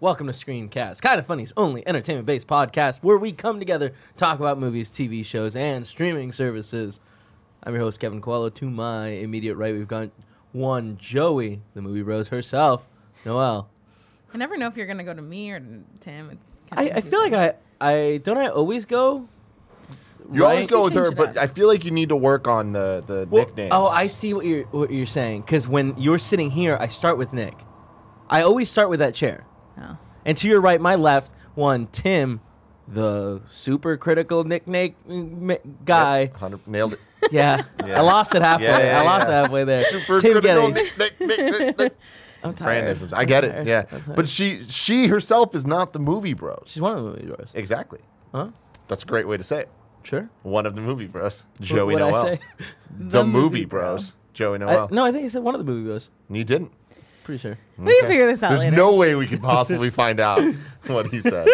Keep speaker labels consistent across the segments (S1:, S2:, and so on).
S1: Welcome to Screencast, kind of funny's only entertainment based podcast where we come together, talk about movies, TV shows, and streaming services. I'm your host, Kevin Coelho. To my immediate right, we've got one Joey, the movie rose herself, Noelle.
S2: I never know if you're gonna go to me or to Tim. It's
S1: I,
S2: kinda
S1: I feel like
S2: confusing.
S1: I, I don't I always go.
S3: You always
S1: right?
S3: go with her,
S2: Change it
S3: but
S2: up.
S3: I feel like you need to work on the the
S1: Well,
S3: nicknames.
S1: Oh, I see what you're what you're saying. Because when you're sitting here, I start with Nick. I always start with that chair.
S2: Oh.
S1: And to your right, my left, one Tim, the super critical nickname mm, m- guy.
S3: Hundred- nailed it.
S1: Yeah.
S3: Yeah.
S1: I lost it halfway.
S3: Yeah, yeah,
S1: I lost
S3: yeah.
S1: it halfway there.
S3: Super
S1: Tim
S3: critical
S1: Geddes.
S3: nick- nick- nick- nick- nick.
S1: I'm tired.
S3: Brandisms. I get
S1: I'm
S3: it.
S1: tired.
S3: Yeah,
S1: I'm tired.
S3: but she she herself is not the movie bros.
S1: she's one of the movie stars.
S3: Exactly.
S1: Huh?
S3: That's a great way to say it.
S1: Sure.
S3: One of the movie bros.
S1: What-
S3: Joey
S1: what'd I
S3: Noel.
S1: say?
S3: The,
S2: The
S3: movie,
S2: movie bro.
S3: bros. Joey
S1: I-
S3: Noel. Hmm.
S1: no, I think I said one of the movie stars.
S3: You didn't.
S1: Pretty sure.
S2: We can figure this out
S3: There's
S2: later.
S3: no way we could possibly find out what he said.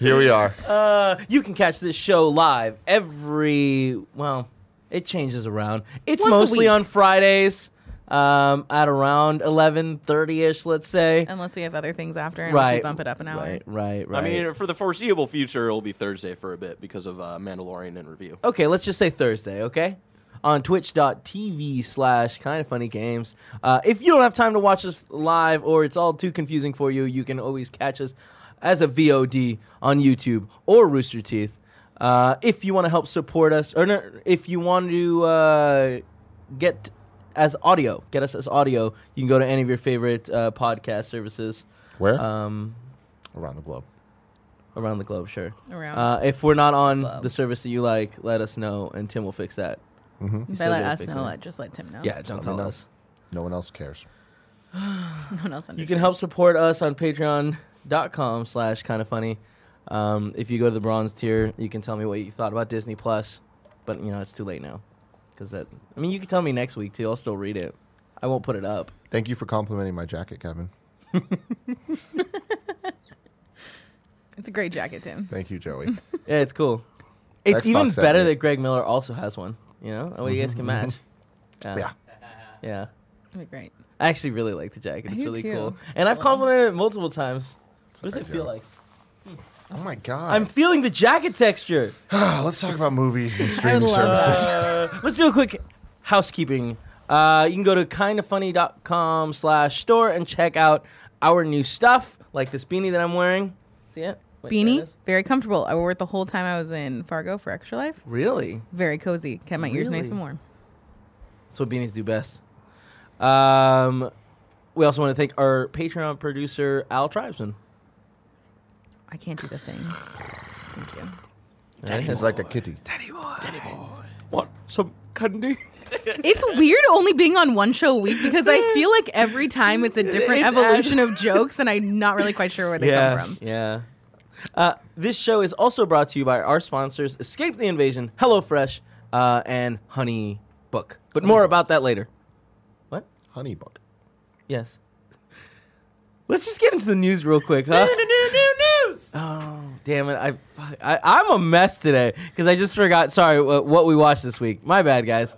S3: Here we are.
S1: Uh, you can catch this show live every well, it changes around. It's
S2: Once a
S1: mostly
S2: week.
S1: on Fridays, um, at around eleven thirty ish, let's say.
S2: unless we have other things after, and
S1: right,
S2: we bump it up an hour.
S1: Right, right,
S4: I
S1: right.
S4: mean, for the foreseeable future, it'll be Thursday for a bit because of uh, Mandalorian in review.
S2: Oh,
S1: okay, let's just say Thursday, okay? On twitch.tv slash kind of funny games. Uh, if you don't have time to watch us live or it's all too confusing for you, you can always catch us as a VOD on YouTube or Rooster Teeth. Uh, if you want to help support us, or no, if you want to uh, get as audio, get us as audio, you can go to any of your favorite uh, podcast services
S3: Where?
S1: um,
S3: Around the globe.
S1: around the globe, sure.
S2: Around.
S1: Uh, if we're not on
S2: Globe.
S1: the service that you like, let us know and Tim will fix that.
S2: They
S1: still
S2: let
S1: gotta
S2: us
S1: fix
S2: know.
S1: it.
S2: Let just let Tim know.
S1: Yeah,
S3: let
S1: don't
S3: me
S1: tell
S3: know.
S1: us.
S3: No one else cares.
S2: no one else.
S1: You can help support us on patreon.com slash kind of funny. Um, if you go to the bronze tier, you can tell me what you thought about Disney Plus, but you know it's too late now because that. I mean, you can tell me next week too. I'll still read it. I won't put it up.
S3: Thank you for complimenting my jacket, Kevin.
S2: It's a great jacket, Tim.
S3: Thank you, Joey.
S1: Yeah, it's cool. It's
S3: Xbox
S1: even
S3: sent
S1: better
S3: me.
S1: that Greg Miller also has one. You know, that way you guys can match. Yeah.
S3: yeah.
S1: Mm-hmm, yeah.
S2: It'd be great.
S1: I actually really like the jacket.
S2: I
S1: It's
S2: do
S1: really
S2: too.
S1: cool, and I've
S2: Wow.
S1: complimented it multiple times. What does
S3: not
S1: it
S3: bad,
S1: feel
S3: Joey.
S1: like?
S3: Oh my god. Ah,
S1: I'm feeling the jacket texture.
S3: Let's talk about movies and
S2: I would
S3: streaming
S2: love
S3: services.
S2: that.
S1: Let's do a quick housekeeping. Uh, you can go to kindoffunny.com slash store and check out our new stuff, like this beanie that I'm wearing. See it? Wait, there it
S2: beanie.
S1: is.
S2: Very comfortable. I wore it the whole time I was in Fargo for Extra Life.
S1: Really?
S2: Very cozy. Kept my ears nice
S1: Really?
S2: and warm.
S1: That's what beanies do best. Um, we also want to thank our Patreon producer, Al Tribesman.
S2: I can't do the thing. Thank you.
S3: It's like a kitty.
S1: What? Some candy?
S2: It's weird only being on one show a week because I feel like every time it's a different
S1: It's
S2: evolution of jokes, and I'm not really quite sure where they
S1: yeah.
S2: come from.
S1: Yeah. Uh, this show is also brought to you by our sponsors, Escape the Invasion, HelloFresh, uh, and Honey Book. But more about that later. What?
S3: Honey bug.
S1: Yes. Let's just get into the news real quick, huh?
S2: news.
S1: oh, damn it. I, fuck, I, I'm a mess today because I just forgot, sorry, wha- what we watched this week. My bad, guys.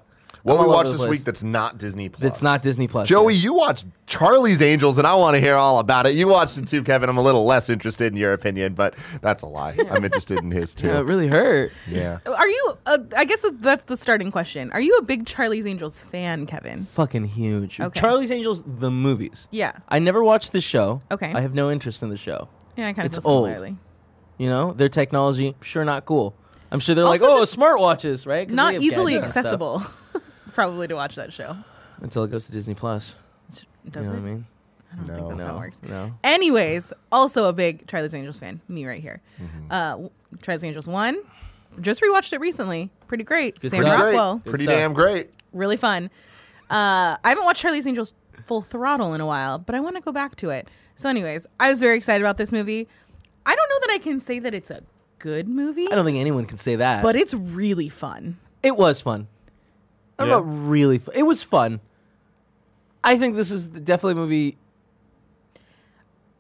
S1: I'm
S3: What we
S1: all over
S3: watched
S1: the
S3: this
S1: place.
S3: week that's not Disney Plus.
S1: That's not Disney Plus.
S3: Joey, you watched Charlie's Angels, and I want to hear all about it. You watched it too, Kevin. I'm a little less interested in your opinion, but that's a lie. I'm interested in his
S1: Yeah, it
S3: too.
S1: really hurt.
S3: Yeah.
S2: Are you? Uh, I guess that- that's the starting question. Are you a big Charlie's Angels fan, Kevin?
S1: Fucking huge.
S2: Okay.
S1: Charlie's Angels, the movies.
S2: Yeah,
S1: I never watched the show.
S2: Okay.
S1: I have no interest in the show.
S2: yeah, I kind of
S1: It's
S2: feel
S1: old.
S2: similarly.
S1: You know, their technology sure not cool. I'm sure they're like,
S2: Also
S1: oh,
S2: just
S1: smartwatches, right? 'Cause
S2: Not
S1: they have
S2: easily
S1: gadgets and stuff.
S2: accessible, probably to watch that show.
S1: until it goes to Disney Plus. You
S2: Does
S1: know
S2: it?
S1: what I mean?
S2: I don't think
S3: No.
S2: that's how
S1: No,
S2: it works.
S1: no.
S2: Anyways, also a big Charlie's Angels fan, me right here.
S1: Mm-hmm.
S2: Uh, w- Charlie's Angels one, just rewatched it recently. Pretty great.
S1: Good
S2: Sam
S1: stuff.
S3: Great.
S2: Rockwell.
S3: Pretty
S1: stuff.
S3: damn great.
S2: really fun. Uh, I haven't watched Charlie's Angels full throttle in a while, but I want to go back to it. So, anyways, I was very excited about this movie. I don't know that I can say that it's a good movie,
S1: I don't think anyone can say that.
S2: but it's really fun.
S1: it was fun. I'm
S3: Yeah.
S1: not really. Fu- it was fun. I think this is definitely a movie.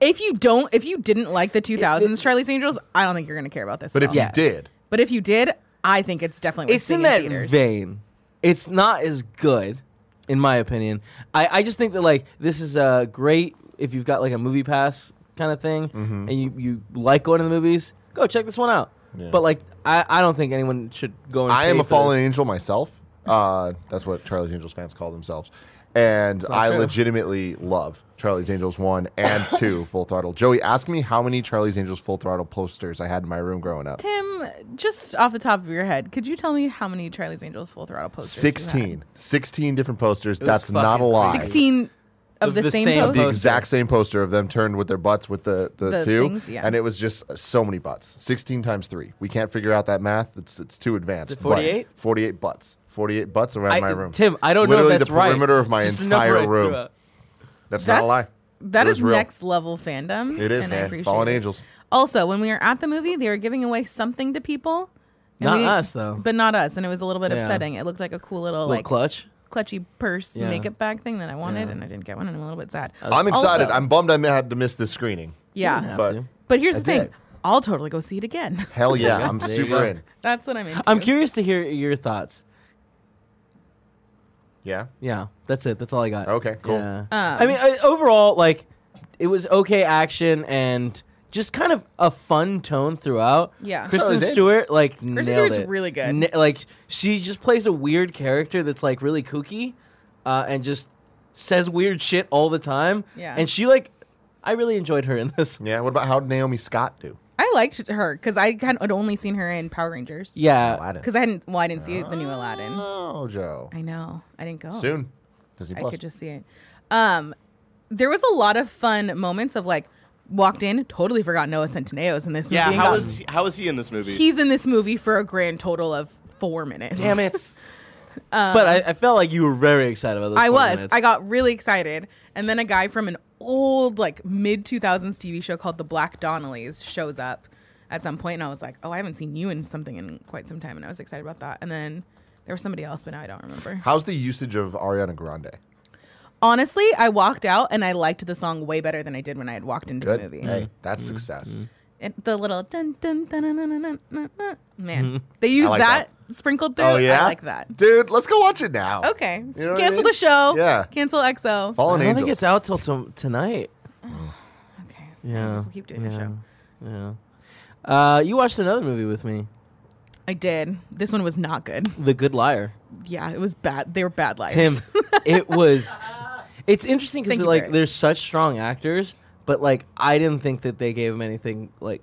S2: If you don't, if you didn't like the 2000s Charlie's Angels, I don't think you're going to care about this.
S3: But
S2: at
S3: if
S2: all.
S1: Yeah.
S3: you did,
S2: but if you did, I think it's definitely worth
S1: It's in
S2: seeing
S1: that
S2: theaters.
S1: vein. It's not as good, uh, in my opinion. I, I just think that like this is a great if you've got like a movie pass kind of thing,
S3: Mm-hmm.
S1: and you, you like going to the movies, go check this one out.
S3: Yeah.
S1: But like, I, I don't think anyone should go. And
S3: I am
S1: pay
S3: a
S1: for
S3: fallen
S1: this.
S3: angel myself. Uh, that's what Charlie's Angels fans call themselves. And
S1: not
S3: I
S1: true.
S3: legitimately love Charlie's Angels 1 and 2 Full Throttle. Joey, ask me how many Charlie's Angels Full Throttle posters I had in my room growing up.
S2: Tim, just off the top of your head, could you tell me how many Charlie's Angels Full Throttle posters? you had?
S3: 16. 16 different posters.
S1: was
S3: That's not a
S1: fucking
S3: lie.
S1: crazy.
S2: 16 of the, same, post?
S3: The
S1: poster.
S3: exact same poster of them turned with their butts with the, the,
S2: The
S3: two.
S2: things, yeah.
S3: And it was just so many butts. 16 times 3. We can't figure out that math. It's it's too advanced.
S1: it
S3: but
S1: 48?
S3: 48 butts. 48 butts around
S1: I,
S3: my room.
S1: Tim, I don't
S3: Literally
S1: know if that's
S3: the
S1: right.
S3: perimeter of my
S1: It's just a number I
S3: entire
S1: threw
S3: room.
S1: out.
S3: That's,
S2: That's
S3: not a lie.
S2: that
S3: It
S2: is
S3: was real.
S2: next level fandom.
S3: It is,
S2: and I
S3: man.
S2: appreciate
S3: Fallen
S2: it.
S3: Angels.
S2: Also, when we were at the movie, they were giving away something to people. and
S1: Not
S2: we didn't-
S1: us, though.
S2: But not us. And it was a little bit
S1: Yeah.
S2: upsetting. It looked like a cool little,
S1: Little
S2: like
S1: clutch.
S2: clutchy purse
S1: Yeah.
S2: makeup bag thing that I wanted,
S1: Yeah.
S2: and I didn't get one, and I'm a little bit sad.
S3: I'm excited.
S2: Also-
S3: I'm bummed I mi- had to miss this screening.
S1: You
S2: yeah.
S1: have
S3: But
S1: to.
S2: But here's the
S3: I
S2: thing
S3: did.
S2: I'll totally go see it again.
S3: hell yeah, I'm
S1: There you go.
S3: super in.
S2: That's what I'm into.
S1: I'm curious to hear your thoughts.
S3: Yeah.
S1: Yeah, that's it. That's all I got.
S3: Okay, cool.
S1: Yeah.
S2: Um.
S1: I mean, I, overall, like, it was okay action and just kind of a fun tone throughout.
S2: Yeah.
S3: So
S1: Kristen
S3: is it.
S1: Stewart, like, nailed
S2: Stewart's
S1: it.
S2: really good.
S1: Na- like, she just plays a weird character that's like really kooky, uh, and just says weird shit all the time.
S2: Yeah.
S1: and she like, I really enjoyed her in this.
S3: Yeah. What about how did Naomi Scott do?
S2: I liked her because I had had only seen her in Power Rangers.
S1: Yeah,
S3: Aladdin.
S2: Because I hadn't, well, I didn't see the new Aladdin.
S3: Oh, Joe.
S2: Mm. I know. I didn't go.
S3: Soon. Disney
S2: I
S3: Plus.
S2: could just see it. Um, there was a lot of fun moments of like, walked in, totally forgot Noah Centineo's in this movie.
S4: Yeah,
S2: and
S4: how
S2: got-
S4: is how is he in this movie?
S2: He's in this movie for a grand total of four minutes.
S1: damn it. but I, I felt like you were very excited about this.
S2: Um, I was. I got really excited. And then a guy from an old, like mid 2000s TV show called The Black Donnellys shows up at some point, And I was like, oh, I haven't seen you in something in quite some time. And I was excited about that. And then there was somebody else, but now I don't remember.
S3: How's the usage of Ariana Grande?
S2: Honestly, I walked out and I liked the song way better than I did when I had walked into
S3: Good.
S2: the movie.
S3: Hey, that's
S1: Mm-hmm.
S3: success.
S2: And the little dun dun dun dun dun dun dun, dun, dun. Man, they use
S3: Mm-hmm. like
S2: that, sprinkled through.
S3: Oh yeah.
S2: I like that.
S3: Dude, let's go watch it now.
S2: Okay.
S3: You know what I
S2: Cancel
S3: mean?
S2: the show.
S3: Yeah.
S2: Cancel EXO.
S1: I
S3: Fallen
S1: don't
S3: Angels.
S1: think it's out till to- tonight.
S2: Okay. I
S1: Yeah.
S2: guess we'll keep doing the
S1: yeah,
S2: show.
S1: Yeah. Uh, you watched another movie with me,
S2: I did. This one was not good.
S1: The Good Liar.
S2: Yeah, it was bad. They were bad liars.
S1: Tim, it was. It's interesting because
S2: Thank you,
S1: like
S2: Barry.
S1: there's such strong actors, but like I didn't think that they gave him anything. Like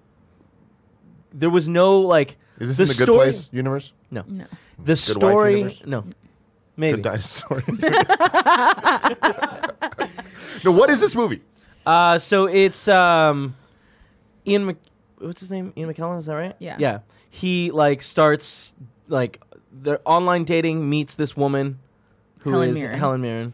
S1: there was no like.
S3: Is this
S1: the
S3: in the Good
S1: story-
S3: Place universe?
S1: No.
S2: no.
S1: The
S3: Wife
S1: story.
S3: universe?
S1: No.
S3: Good
S1: Maybe.
S3: dinosaur. no, what is this movie?
S1: Uh, so it's um, Ian. Mc- what's his name? Ian McKellen. Is that right?
S2: Yeah.
S1: Yeah. He like starts like their online dating meets this woman, who is
S2: Helen Mirren.
S1: Helen Mirren,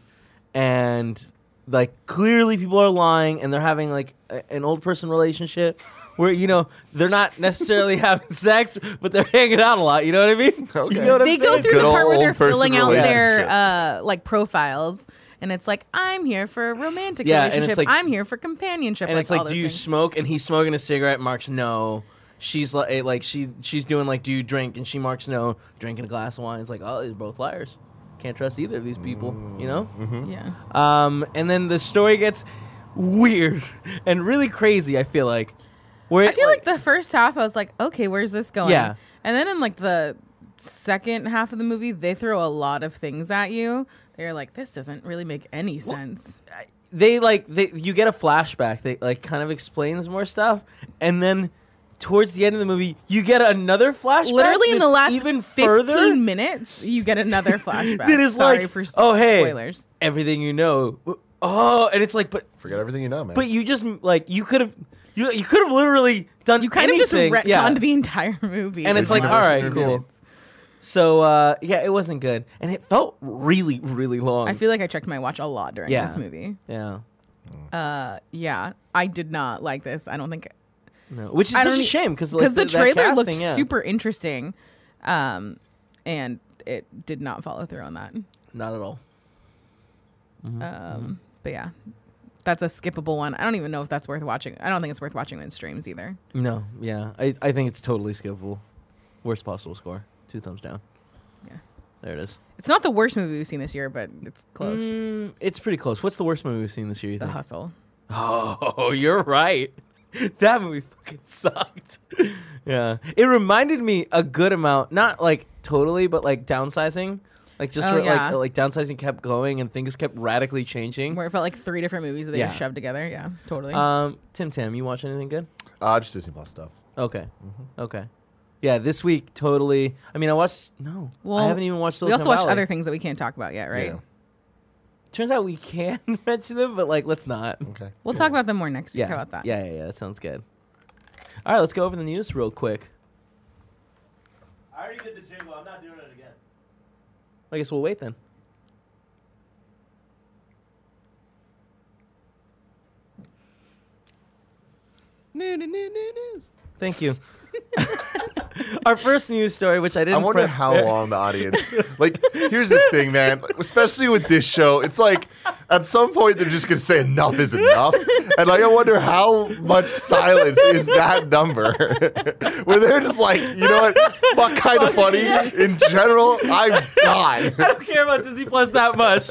S1: and like clearly people are lying and they're having like a- an old person relationship. Where you know they're not necessarily having sex, but they're hanging out a lot. You know what I mean?
S3: Okay.
S1: You know what
S2: They
S1: I'm
S2: go
S1: saying?
S2: through
S3: Good
S2: the part where
S3: old
S2: they're
S3: person
S2: filling out their
S3: relationship.
S2: uh, like profiles, and it's like I'm here for a romantic
S1: Yeah, and it's
S2: relationship.
S1: like-
S2: I'm here for companionship.
S1: and
S2: like,
S1: it's like,
S2: all
S1: do
S2: those
S1: you
S2: things.
S1: smoke? And he's smoking a cigarette. Marks no. She's like, eh, like she she's doing like, do you drink? And she marks no. Drinking a glass of wine. It's like, oh, they're both liars. Can't trust either of these people. You know.
S3: Mm-hmm.
S2: yeah.
S1: Um, and then the story gets weird and really crazy. I feel like. Where
S2: I feel like the first half, I was like, okay, where's this going?
S1: Yeah.
S2: And then in like the second half of the movie, they throw a lot of things at you. They're like, this doesn't really make any sense.
S1: they like they you get a flashback that like kind of explains more stuff, and then. Towards the end of the movie, you get another flashback.
S2: Literally in the
S1: that's
S2: last
S1: even
S2: 15
S1: further
S2: minutes, you get another flashback.
S1: That is
S2: Sorry
S1: like,
S2: for s-
S1: oh hey,
S2: spoilers.
S1: everything you know. Oh, and it's like, but
S3: Forget everything you know, man.
S1: but you just like you could have you you could have literally done
S2: You kind
S1: anything.
S2: of just retconned
S1: yeah.
S2: the entire movie.
S1: And
S2: in
S1: it's like,
S2: the
S1: all
S2: last
S1: right,
S2: 15
S1: cool.
S2: minutes.
S1: So uh, yeah, it wasn't good, and it felt really really long.
S2: I feel like I checked my watch a lot during
S1: Yeah.
S2: this movie.
S1: yeah.
S2: Uh, yeah, I did not like this. I don't think
S1: No, which is
S2: I
S1: such
S2: don't
S1: a
S2: e-
S1: shame because like,
S2: because the,
S1: th- that
S2: trailer looked
S1: casting, yeah.
S2: super interesting, um, and it did not follow through on that.
S1: Not at all.
S2: Um, but yeah, that's a skippable one. I don't even know if that's worth watching. I don't think it's worth watching when it streams either.
S1: No, yeah, I I think it's totally skippable. Worst possible score. Two thumbs down.
S2: Yeah.
S1: There it is.
S2: It's not the worst movie we've seen this year, but it's close.
S1: Mm, it's pretty close. What's the worst movie we've seen this year? You
S2: The
S1: think?
S2: Hustle.
S1: Oh, you're right. That movie fucking sucked. yeah. It reminded me a good amount, not like totally, but like downsizing. Like just
S2: Oh,
S1: where,
S2: yeah.
S1: like like downsizing kept going and things kept radically changing.
S2: Where it felt like three different movies that they
S1: Yeah.
S2: just shoved together. Yeah, totally.
S1: Um Tim Tam, you watch anything good?
S3: Uh, just Disney Plus stuff.
S1: Okay. Okay. Yeah, this week totally. I mean, I watched no. I
S2: Well,
S1: haven't even watched
S2: we
S1: Silicon
S2: also watched
S1: Valley.
S2: other things that we can't talk about yet, right?
S3: Yeah.
S1: Turns out we can mention them, but like let's not.
S3: Okay.
S2: We'll talk about them more next week.
S1: Yeah.
S2: How about that?
S1: Yeah, yeah, yeah. That sounds good. All right, let's go over the news real quick.
S4: I already did the jingle. I'm not doing it again.
S1: I guess we'll wait then.
S3: New, new, new, new news.
S1: Thank you. Our first news story, which I
S3: I
S1: didn't.
S3: wonder
S1: prep-
S3: how long the audience. Like, here's the thing, man. Like, especially with this show, it's like at some point they're just gonna say enough is enough, and like I wonder how much silence is that number, where they're just like, you know what, fuck, kind of funny in general. I'm done.
S1: I don't care about Disney Plus that much.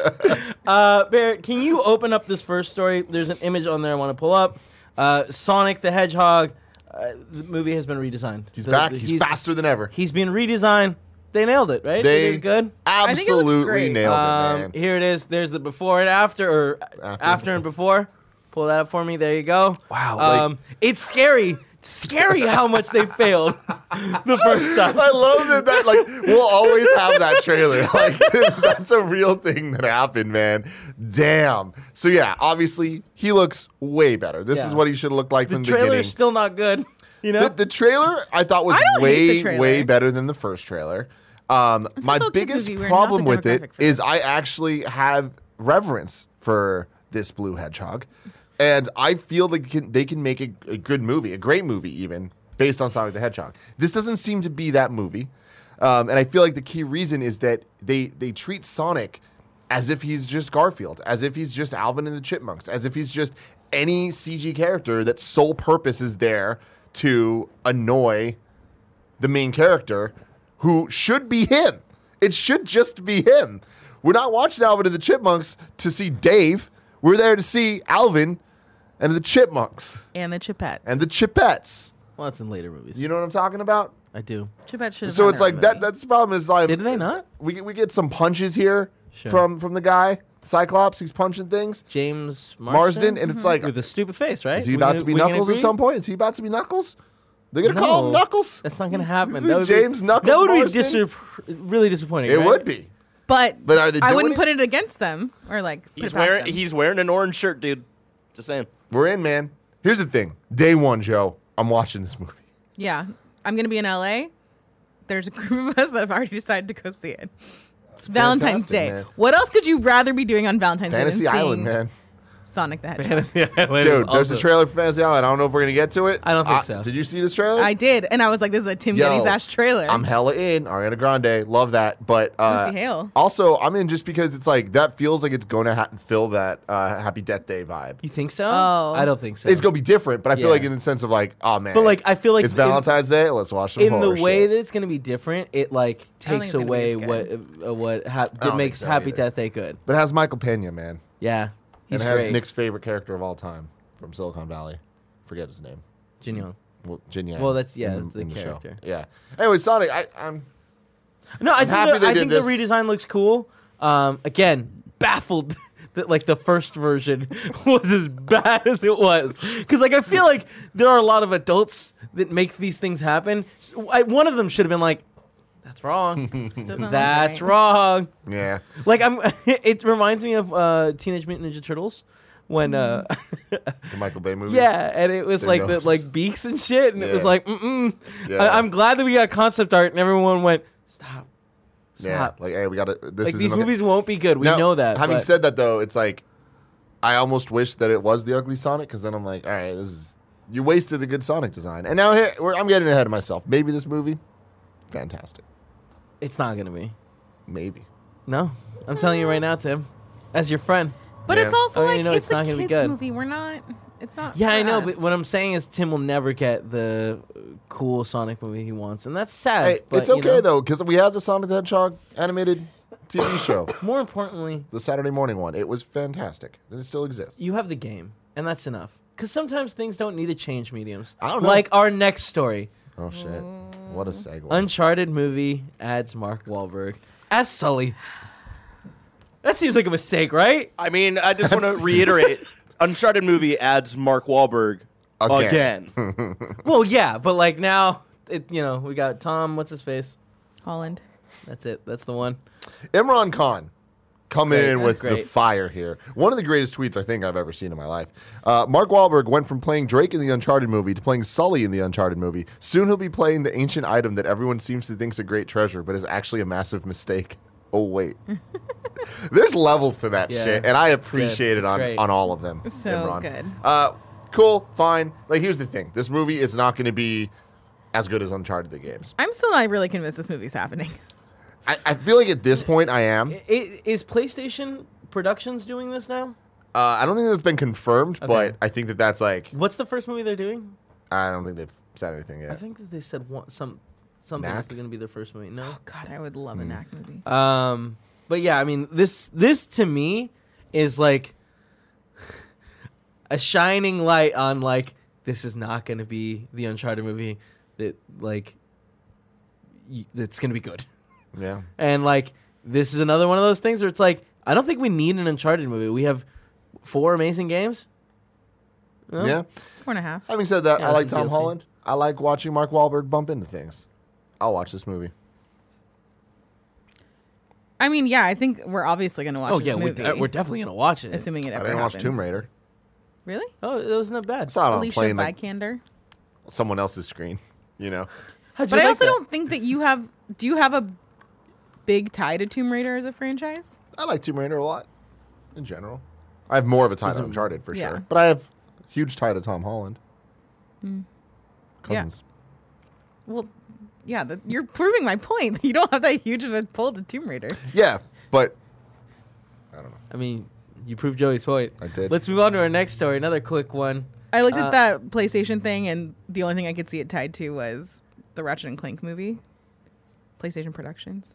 S1: Uh, Barrett, can you open up this first story? There's an image on there I want to pull up. Uh, Sonic the Hedgehog. Uh, the movie has been redesigned.
S3: He's
S1: The-
S3: back.
S1: the-
S3: He's faster than ever.
S1: He's been redesigned. They nailed it, right?
S3: They
S1: did good.
S2: think it looks
S3: absolutely
S2: great.
S3: nailed it,
S1: Um,
S3: man.
S1: here it is. There's the before and after, or after,
S3: After.
S1: and before. Pull that up for me. There you go.
S3: Wow, like-
S1: Um, it's scary. Scary how much they failed the first time.
S3: I love that. That like we'll always have that trailer. Like that's a real thing that happened, man. Damn. So yeah, obviously he looks way better. This
S1: Yeah.
S3: is what he should have looked like
S1: The
S3: from the
S1: trailer's
S3: beginning.
S1: still not good. You know.
S3: the, the trailer I thought was
S2: I don't hate the
S3: way
S2: trailer.
S3: way better than the first trailer. Um, my
S2: also a kids'
S3: biggest
S2: movie. We're not
S3: problem
S2: the
S3: with it
S2: demographic for
S3: is I actually have reverence for this blue hedgehog, and I feel like can, they can make a, a good movie, a great movie even based on Sonic the Hedgehog. This doesn't seem to be that movie, um, and I feel like the key reason is that they they treat Sonic as if he's just Garfield, as if he's just Alvin and the Chipmunks, as if he's just any CG character that sole purpose is there to annoy the main character, who should be him. It should just be him. We're not watching Alvin and the Chipmunks to see Dave. We're there to see Alvin and the Chipmunks
S2: And the Chipettes.
S3: and the Chipettes.
S1: well, that's in later movies.
S3: You know what I'm talking about?
S1: I do.
S2: Chipettes should have.
S3: So
S2: won
S3: it's
S2: their own
S3: like that.
S2: movie.
S3: That's the problem. Is like
S1: Did they not?
S3: We get- we get some punches here
S1: Sure.
S3: from from the guy Cyclops. He's punching things.
S1: James Marsden,
S3: Marsden, and it's like,
S1: with a stupid face, right?
S3: is he
S1: We
S3: about
S1: can-
S3: to be
S1: we can
S3: Knuckles at
S1: agree?
S3: some point? Is he about to be Knuckles? They're gonna call him
S1: No.
S3: Knuckles.
S1: That's not gonna happen.
S3: Is it
S1: That would
S3: James
S1: be,
S3: Knuckles
S1: That would
S3: Marsden?
S1: be disapp- really disappointing.
S3: It
S1: right?
S3: would be.
S2: But
S3: But are they
S2: I
S3: doing
S2: wouldn't
S3: it?
S2: put it against them or like. put
S4: He's
S2: it past
S4: wearing
S2: them.
S4: he's wearing an orange shirt, dude. Just saying.
S3: We're in, man. Here's the thing. Day one, Joe. I'm watching this movie.
S2: Yeah, I'm gonna be in LA. There's a group of us that have already decided to go see it. It's Valentine's
S3: fantastic,
S2: Day.
S3: man.
S2: What else could you rather be doing on Valentine's
S3: Fantasy
S2: Day? than
S3: Island,
S2: seeing
S3: man.
S2: Sonic the Hedgehog.
S1: Fantasy Island is
S3: Dude, there's
S1: also-
S3: a trailer for Fantasy Island. I don't know if we're gonna get to it.
S1: I don't think
S3: Uh,
S1: so.
S3: Did you see this trailer?
S2: I did, and I was like, "This is a Tim
S3: Yo,
S2: Denny's ass trailer."
S3: I'm hella in Ariana Grande. Love that. But uh,
S2: Lucy Hale.
S3: also, I'm in just because it's like that feels like it's going to ha- fill that uh, Happy Death Day vibe.
S1: You think so?
S2: Oh.
S1: I don't think so.
S3: It's gonna be different, but I
S1: Yeah.
S3: feel like in the sense of like, oh man.
S1: But, like, I feel like
S3: it's
S1: in-
S3: Valentine's Day. Let's watch some
S1: in the
S3: horror
S1: way
S3: shit.
S1: that it's going to be different, it like
S2: don't think
S1: takes
S2: it's gonna be
S1: away
S2: as good.
S1: what uh, what ha- that
S3: think
S1: makes
S3: so
S1: Happy
S3: either.
S1: Death Day good.
S3: But it has Michael Pena, man.
S1: Yeah, he's
S3: and it has
S1: great.
S3: Nick's favorite character of all time from Silicon Valley. Forget his name.
S1: Jin Young.
S3: Well, Jin Yang.
S1: Well, that's- yeah,
S3: in
S1: that's the
S3: in show.
S1: character.
S3: Yeah. Anyway, Sonic. I, I'm
S1: No, I think
S3: happy
S1: the,
S3: they
S1: I
S3: did
S1: think the
S3: this.
S1: redesign looks cool. Um, again, baffled that like the first version was as bad as it was because like I feel like there are a lot of adults that make these things happen. So, I, one of them should have been like, "That's wrong.
S2: This doesn't look
S1: That's
S2: right.
S1: wrong."
S3: yeah.
S1: Like I'm, it reminds me of uh, Teenage Mutant Ninja Turtles when uh,
S3: The Michael Bay movie.
S1: yeah, and it was
S3: Their
S1: like the
S3: nose.
S1: like beaks and shit, and it was
S3: Yeah.
S1: like, mm
S3: Yeah.
S1: I- I'm glad that we got concept art, and everyone went, stop,
S3: Yeah.
S1: stop.
S3: Like, hey, we got to. This
S1: Like
S3: is
S1: these movies won't be good. We know that.
S3: Having
S1: but-
S3: said that, though, it's like I almost wish that it was the ugly Sonic because then I'm like, all right, this is you wasted the good Sonic design. And now here, we're, I'm getting ahead of myself. Maybe this movie, fantastic.
S1: it's not gonna be.
S3: Maybe.
S1: No, I'm telling you right now, Tim, as your friend.
S2: but
S3: Yeah.
S2: it's also
S1: Oh, you
S2: like
S1: know,
S2: it's,
S1: it's not
S2: a
S1: gonna be
S2: kids
S1: good.
S2: movie. We're not. It's not.
S1: Yeah,
S2: for
S1: I know,
S2: us.
S1: but what I'm saying is Tim will never get the uh, cool Sonic movie he wants, and that's sad.
S3: Hey,
S1: but,
S3: it's
S1: you
S3: okay
S1: know,
S3: though because we had the Sonic the Hedgehog animated TV show,
S1: More importantly,
S3: the Saturday morning one. It was fantastic. and It still exists.
S1: you have the game, and that's enough. Because sometimes things don't need to change mediums.
S3: I don't know.
S1: Like our next story,
S3: Oh shit! What a segue.
S1: Uncharted movie adds Mark Wahlberg as Sully. That seems like a mistake, right?
S4: I mean, I just want to reiterate: Uncharted movie adds Mark Wahlberg
S3: Again.
S4: again.
S1: well, yeah, but like now, it, you know, we got Tom. What's his face?
S2: Holland.
S1: That's it. That's the one.
S3: Imran Khan coming
S1: Great,
S3: in
S1: that's
S3: with the
S1: great.
S3: fire here. One of the greatest tweets I think I've ever seen in my life. Uh, Mark Wahlberg went from playing Drake in the Uncharted movie to playing Sully in the Uncharted movie. Soon he'll be playing the ancient item that everyone seems to think's a great treasure, but is actually a massive mistake. Oh wait, there's levels to that
S1: Yeah,
S3: shit, and I appreciate it
S1: It's
S3: on,
S1: great.
S3: on all of them.
S2: So
S3: Imran.
S2: good.
S3: Uh, cool, fine. Like here's the thing: this movie is not going to be as good as Uncharted the games.
S2: I'm still not really convinced this movie's happening.
S3: I, I feel like at this point I am.
S1: I- i- Is PlayStation Productions doing this now?
S3: Uh, I don't think that's been confirmed, but
S1: Okay.
S3: I think that that's like
S1: What's the first movie they're doing?
S3: I don't think they've said anything yet.
S1: I think that they said one, some something
S3: Knack?
S1: is going to be their first movie. No.
S2: Oh God, I would love a
S3: Hmm.
S2: Knack movie.
S1: Um, but yeah, I mean this this to me is like a shining light on like this is not going to be the Uncharted movie that like y- that's going to be good.
S3: yeah,
S1: And like this is another one of those things where it's like I don't think we need an Uncharted movie. We have four amazing games. No?
S3: yeah.
S2: Four and a half.
S3: Having said that,
S1: Yeah,
S3: I like
S1: some
S3: Tom
S1: DLC.
S3: Holland. I like watching Mark Wahlberg bump into things. I'll watch this movie.
S2: I mean, yeah, I think we're obviously gonna watch
S1: Oh
S2: this
S1: yeah, we're,
S2: movie.
S1: de- we're definitely going to watch it.
S2: assuming it
S3: I
S2: ever
S3: didn't watch
S2: happens.
S3: Tomb Raider.
S2: Really?
S1: oh, that wasn't that bad.
S3: It's not on
S2: Alicia
S3: playing like
S2: Vikander.
S3: someone else's screen. You know,
S1: How'd you
S2: But I
S1: like
S2: also
S1: that?
S2: don't think that you have. Do you have a big tie to Tomb Raider as a franchise?
S3: I like Tomb Raider a lot. In general, I have more of a tie to Uncharted for
S2: Yeah.
S3: sure, but I have huge tie to Tom Holland. Hmm.
S2: Yeah.
S3: Cousins.
S2: Well, yeah, that you're proving my point. You don't have that huge of a pull to Tomb Raider.
S3: yeah, but
S1: I mean, you proved Joey's point.
S3: I did.
S1: Let's move on to our next story. Another quick one.
S2: I looked
S1: Uh,
S2: at that PlayStation thing, and the only thing I could see it tied to was the Ratchet and Clank movie, PlayStation Productions.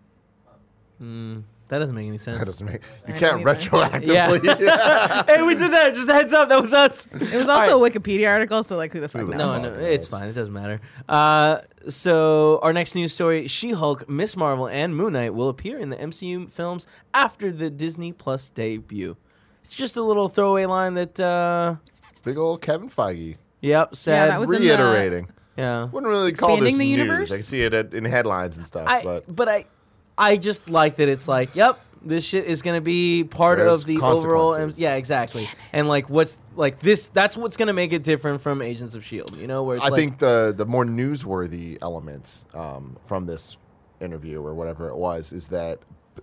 S1: That doesn't make any sense.
S3: that doesn't make you
S2: I
S3: can't
S2: don't either.
S3: retroactively.
S1: hey, we did that. Just a heads up. That was us.
S2: It was also a Wikipedia article, so like, who the fuck
S3: Who the
S2: knows?
S1: No, no,
S3: Nice.
S1: it's fine. It doesn't matter. Uh, so our next news story: She-Hulk, Miss Marvel, and Moon Knight will appear in the MCU films after the Disney Plus debut. It's just a little throwaway line that, uh,
S3: Big old Kevin Feige
S1: yep, sad.
S2: that was in the-
S3: reiterating.
S1: yeah.
S3: wouldn't really call this
S2: Expanding the
S3: news.
S2: universe?
S3: I see it at, in headlines and stuff,
S1: I,
S3: but
S1: but I, I just like that it's like, yep, this shit is gonna be part
S3: There's
S1: of the overall. M-
S3: consequences.
S1: yeah, exactly. And like, what's like this? That's what's gonna make it different from Agents of Shield. E You know, where it's
S3: I
S1: like,
S3: think the the more newsworthy elements um, from this interview or whatever it was is that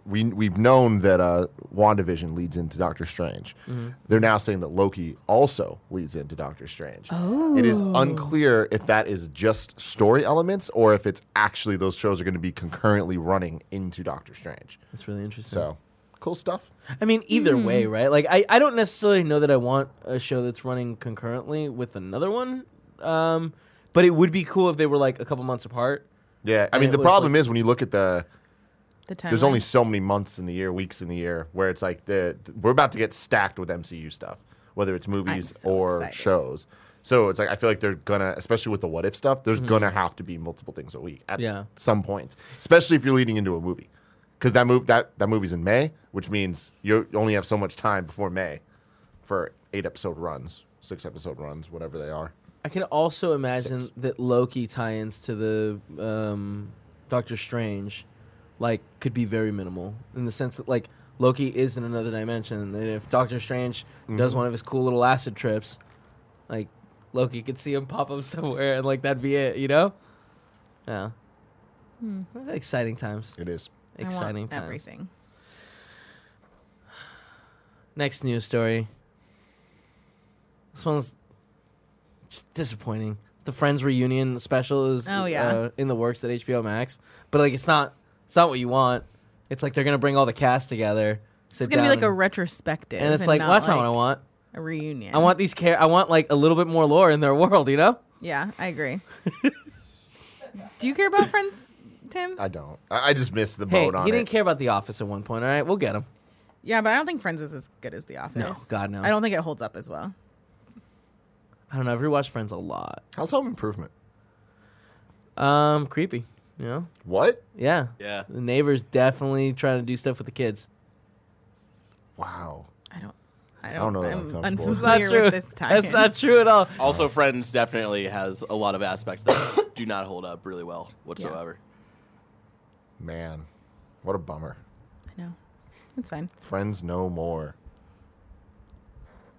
S3: we we've known that uh, WandaVision leads into Doctor Strange.
S2: Mm-hmm.
S3: They're now saying that Loki also leads into Doctor Strange. It is
S2: Oh.
S3: unclear if that is just story elements or if it's actually those shows are going to be concurrently running into Doctor Strange.
S1: that's really interesting.
S3: So, cool stuff.
S1: I mean, either way, right? Like, I, I don't necessarily know that I want a show that's running concurrently with another one, um, but it would be cool if they were like a couple months apart.
S3: Yeah, I
S1: And
S3: mean
S1: it
S3: the
S1: was,
S3: problem
S1: like-
S3: is when you look at the
S2: The time.
S3: there's only so many months in the year, weeks in the year, where it's like the th- we're about to get stacked with MCU stuff, whether it's movies
S2: so
S3: or
S2: excited.
S3: shows. So it's like I feel like they're gonna, especially with the what if stuff, there's gonna have to be multiple things a week at
S1: Hmm. Yeah.
S3: some point, especially if you're leading into a movie, because that move that that movie's in May, which means you only have so much time before May for eight episode runs, six episode runs, whatever they are.
S1: I can also imagine
S3: Six.
S1: that Loki tie-ins to the um, Doctor Strange, like, could be very minimal in the sense that like Loki is in another dimension, and if Doctor Strange does one of his cool little acid trips, like Loki could see him pop up somewhere, and like that'd be it, you know? Yeah. Those are exciting times.
S3: It is.
S2: Hmm. I want
S1: Exciting times.
S2: everything.
S1: Next news story. This one's just disappointing. The Friends reunion special is
S2: Oh, yeah.
S1: uh, in the works at HBO Max, but like it's not it's not what you want. It's like they're gonna bring all the cast together.
S2: It's gonna be like a retrospective,
S1: and it's like
S2: not
S1: well, that's not what I want.
S2: A reunion.
S1: I want these care. I want like a little bit more lore in their world, you know?
S2: Yeah, I agree. Do you care about Friends, Tim?
S3: I don't. I, I just missed the
S1: Hey,
S3: boat on
S1: he
S3: it.
S1: didn't care about The Office at one point. All right, we'll get him.
S2: yeah, but I don't think Friends is as good as The Office.
S1: God, no.
S2: I don't think it holds up as well.
S1: I don't know. I've rewatched Friends a lot.
S3: How's Home Improvement?
S1: Um, creepy. You know?
S3: What?
S1: Yeah.
S4: Yeah.
S1: The neighbors definitely trying to do stuff with the kids.
S3: Wow.
S2: I don't. I don't,
S3: don't know that I'm
S2: I'm
S3: comfortable with
S1: That's
S2: unfamiliar
S1: true.
S2: with this time.
S1: That's not true at all.
S4: Also, Friends definitely has a lot of aspects that do not hold up really well whatsoever.
S3: Man, what a bummer.
S2: I know. It's fine.
S3: Friends no more.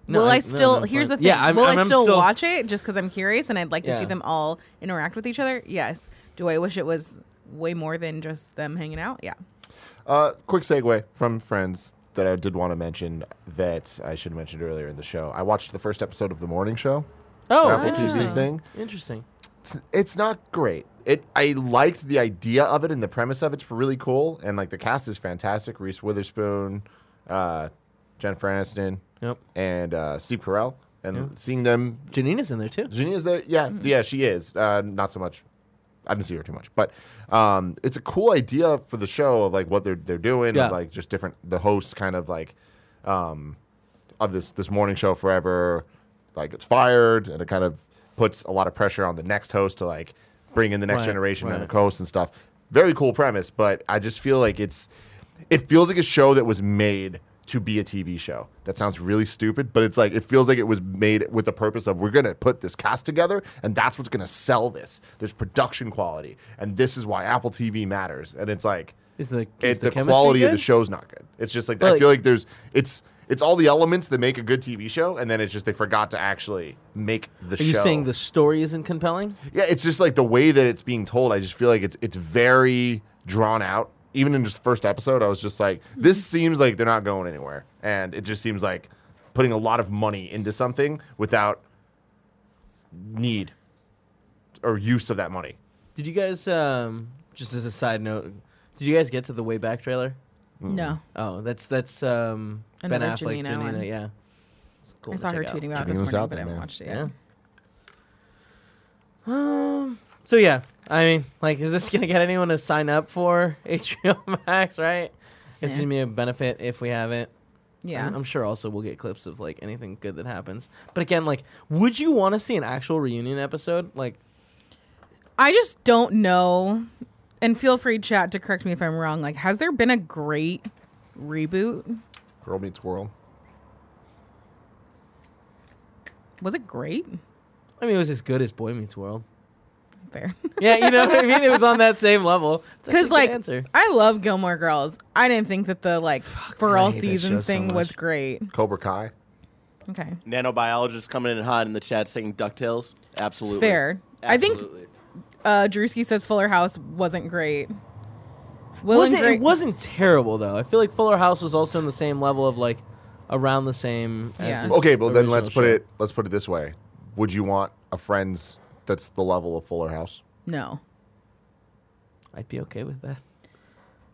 S2: will I,
S1: no,
S2: still?
S1: no,
S2: here's the
S1: fine.
S2: thing.
S1: Yeah, I'm,
S2: will i
S1: I'm, I'm
S2: still, watch it just because I'm curious and I'd like to
S1: Yeah.
S2: see them all interact with each other? Yes. Do I wish it was way more than just them hanging out? Yeah.
S3: Uh, quick segue from Friends that I did want to mention that I should have mentioned earlier in the show. I watched the first episode of The Morning Show,
S1: Oh,
S3: Apple
S1: interesting.
S3: TV thing.
S1: Interesting.
S3: It's, it's not great. It I liked the idea of it and the premise of it's really cool and like the cast is fantastic. Reese Witherspoon, uh, Jennifer Aniston,
S1: Yep.
S3: and uh, Steve Carell. And seeing them
S1: Janina's in there too.
S3: Janina's there. Yeah,
S1: Mm-hmm.
S3: yeah, she is. Uh, not so much. I didn't see her too much, but um, it's a cool idea for the show of like what they're they're doing,
S1: Yeah.
S3: and, like just different the hosts kind of like um, of this this morning show forever. Like it's fired, and it kind of puts a lot of pressure on the next host to like bring in the next
S1: Right,
S3: generation and
S1: right.
S3: the host and stuff. Very cool premise, but I just feel like it's it feels like a show that was made to be a TV show. That sounds really stupid, but it's like it feels like it was made with the purpose of we're going to put this cast together and that's what's going to sell this. There's production quality and this is why Apple TV matters. And it's like
S1: Is the
S3: it,
S1: is
S3: the,
S1: chemistry
S3: quality of the
S1: good?
S3: show's not good. It's just like
S1: But-
S3: I feel like there's it's it's all the elements that make a good TV show and then it's just they forgot to actually make the
S1: Are
S3: show.
S1: you saying the story isn't compelling?
S3: Yeah, it's just like the way that it's being told. I just feel like it's it's very drawn out. Even in just the first episode, I was just like, this seems like they're not going anywhere, and it just seems like putting a lot of money into something without need or use of that money.
S1: Did you guys um just as a side note, did you guys get to the way back trailer?
S2: No.
S1: Oh, that's that's um
S2: Another
S1: Ben Affleck,
S2: Janina
S1: Janina,
S2: one.
S1: yeah. It's cool
S2: I
S1: to
S2: saw her
S1: check out.
S2: tweeting about it
S3: Janine
S2: this
S3: was
S2: morning,
S3: out
S2: but I
S3: then,
S2: haven't
S3: man.
S2: watched it yet.
S1: Yeah. Um so yeah, I mean, like is this going to get anyone to sign up for HBO Max, right? It's
S2: Yeah.
S1: going to be a benefit if we haven't.
S2: Yeah.
S1: I'm, I'm sure also we'll get clips of like anything good that happens. But again, like would you want to see an actual reunion episode? Like
S2: I just don't know. And feel free, chat, to correct me if I'm wrong. Like, has there been a great reboot?
S3: Girl meets world.
S2: Was it great?
S1: I mean, it was as good as Boy Meets World.
S2: Fair.
S1: Yeah, you know what I mean. It was on that same level. It's actually a
S2: Because
S1: good
S2: like
S1: answer.
S2: I love Gilmore Girls. I didn't think that the like for
S1: I
S2: all
S1: hate that show
S2: seasons
S1: so
S2: thing was
S1: much.
S2: great.
S3: Cobra Kai.
S2: Okay,
S4: Nanobiologists coming in hot in the chat saying Ducktales. Absolutely
S2: fair. I think
S4: Absolutely.
S2: uh, Drewski says Fuller House wasn't great. Will
S1: wasn't,
S2: and Grace,
S1: it wasn't terrible though. I feel like Fuller House was also on the same level of like around the same.
S2: Yeah.
S1: As its
S3: Okay, well then let's
S1: original
S3: put
S1: show.
S3: it let's put it this way. Would you want a Friends that's the level of Fuller House?
S2: no.
S1: I'd be okay with that.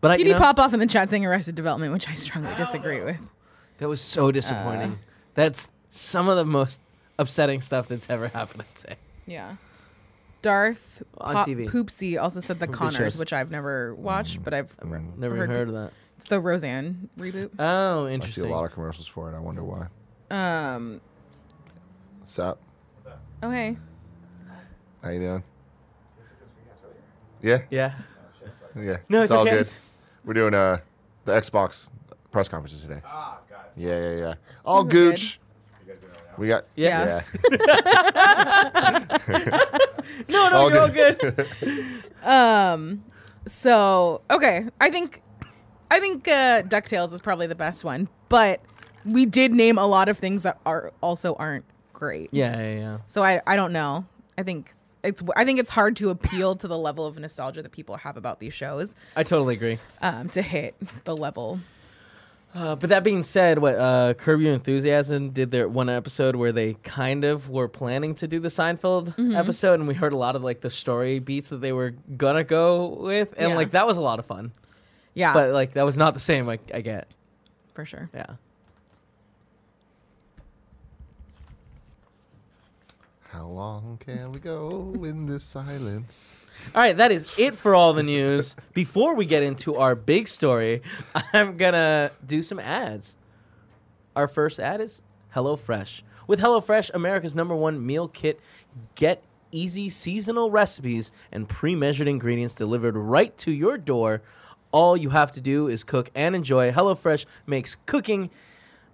S1: But I,
S2: PD
S1: you know,
S2: pop off in the chat saying Arrested Development, which I strongly disagree with.
S1: that was so disappointing. That's some of the most upsetting stuff that's ever happened. I'd say.
S2: Yeah. Darth
S1: On
S2: Pop
S1: TV.
S2: Poopsie also said The
S1: good
S2: Connors,
S1: shows. Mm,
S2: which I've never watched, but I've
S1: Never even heard of that.
S2: it's the Roseanne reboot.
S1: Oh,
S3: I see
S1: interesting.
S3: a lot of commercials for it. I wonder why.
S1: Uh,
S2: Um.
S3: What's up?
S2: Oh hey.
S3: How you doing? Yeah.
S1: yeah.
S3: Yeah.
S1: No, it's
S3: all
S1: okay.
S3: good. We're doing uh the Xbox press conferences today. Ah, got it. Yeah, yeah, yeah. All
S2: We're good.
S3: gooch. We got
S1: Yeah.
S2: Yeah.
S1: No, no,
S3: All
S1: you're
S3: good.
S1: all good.
S2: Um. So okay, I think, I think uh, Ducktales is probably the best one, but we did name a lot of things that are also aren't great.
S1: yeah, yeah, yeah.
S2: So I I don't know. I think it's I think it's hard to appeal to the level of nostalgia that people have about these shows
S1: I totally agree.
S2: um, to hit the level.
S1: Uh, but that being said, what uh, Curb Your Enthusiasm did their one episode where they kind of were planning to do the Seinfeld episode, and we heard a lot of like the story beats that they were gonna go with, and
S2: Yeah.
S1: like that was a lot of fun.
S2: Yeah,
S1: But like that was not the same. Like I get,
S2: for sure.
S1: yeah.
S3: How long can we go in this silence?
S1: All right, that is it for all the news. Before we get into our big story, I'm gonna do some ads. Our first ad is HelloFresh. With HelloFresh, America's number one meal kit, get easy seasonal recipes and pre measured ingredients delivered right to your door. All you have to do is cook and enjoy. HelloFresh makes cooking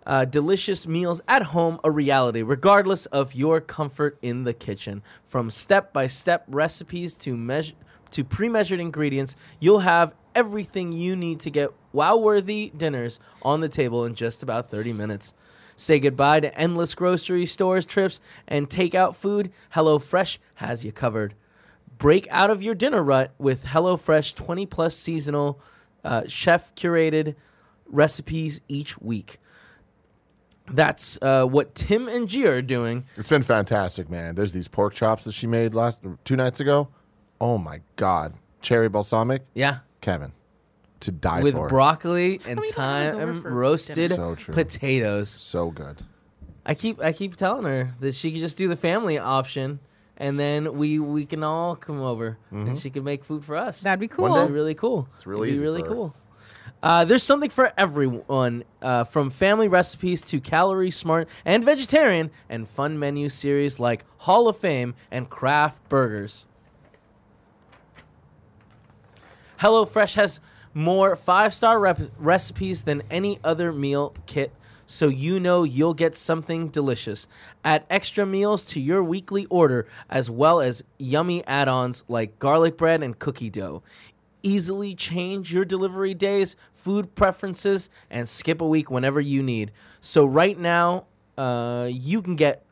S1: uh, delicious meals at home a reality, regardless of your comfort in the kitchen. From step by step recipes to measure to pre-measured ingredients, you'll have everything you need to get wow-worthy dinners on the table in just about 30 minutes. Say goodbye to endless grocery stores trips and takeout food. HelloFresh has you covered. Break out of your dinner rut with HelloFresh 20 plus seasonal uh, chef curated recipes each week. That's uh, what Tim and Gia are doing.
S3: It's been fantastic, man. There's these pork chops that she made last two nights ago. Oh my god, cherry balsamic,
S1: Yeah.
S3: Kevin, to die
S1: With
S3: for.
S1: broccoli and
S2: many times over
S1: thyme
S2: for
S1: roasted
S3: dinner? So true.
S1: potatoes.
S3: so good.
S1: I keep I keep telling her that she could just do the family option and then we we can all come over and she can make food for us.
S2: That'd be
S3: One
S2: cool.
S3: day-
S1: That'd be really cool. It's
S3: Mm-hmm. really
S1: It'd
S3: easy
S1: be really
S3: for her.
S1: cool. Uh, there's something for everyone, uh, from family recipes to calorie smart and vegetarian, and fun menu series like Hall of Fame and Craft Burgers. HelloFresh has more five star rep- recipes than any other meal kit, so you know you'll get something delicious. Add extra meals to your weekly order, as well as yummy add ons like garlic bread and cookie dough. Easily change your delivery days, food preferences, and skip a week whenever you need. So, right now, uh, you can get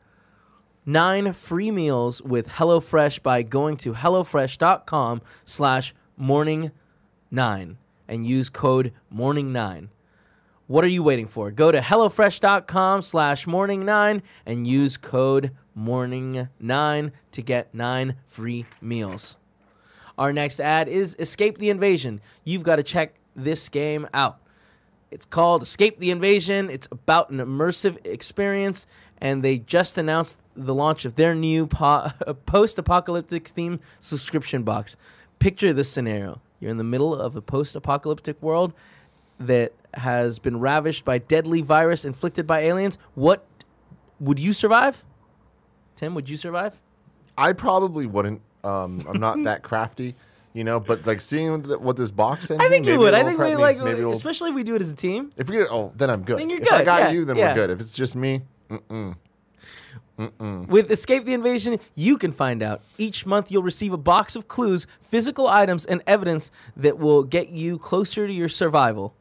S1: nine free meals with HelloFresh by going to HelloFresh.com slash morning nine and use code morning nine. What are you waiting for? Go to HelloFresh.com slash morning nine and use code morning nine to get nine free meals. Our next ad is Escape the Invasion. You've got to check this game out. It's called Escape the Invasion. It's about an immersive experience, and they just announced the launch of their new po- post apocalyptic theme subscription box. Picture this scenario you're in the middle of a post apocalyptic world that has been ravished by deadly virus inflicted by aliens. What would you survive? Tim, would you survive?
S3: I probably wouldn't. Um, I'm not that crafty, you know. But like seeing th- what this box in,
S1: I think you would. I think we like,
S3: maybe we'll,
S1: especially if we do it as a team.
S3: if we get oh then I'm good.
S1: Then you're
S3: if I
S1: good,
S3: got
S1: yeah,
S3: you, then
S1: yeah.
S3: we're good. If it's just me, mm-mm.
S1: With Escape the Invasion, you can find out. Each month, you'll receive a box of clues, physical items, and evidence that will get you closer to your survival.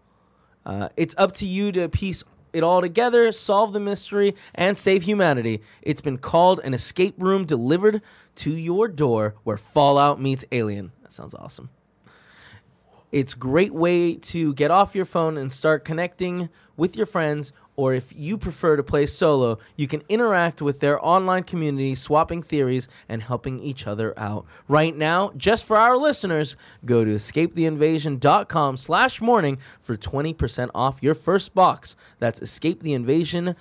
S1: Uh, it's up to you to piece it all together, solve the mystery, and save humanity. It's been called an escape room delivered to your door where Fallout meets Alien. That sounds awesome. It's a great way to get off your phone and start connecting with your friends or if you prefer to play solo, you can interact with their online community, swapping theories and helping each other out. Right now, just for our listeners, go to escapetheinvasion.com slash morning for 20% off your first box. That's escapetheinvasion.com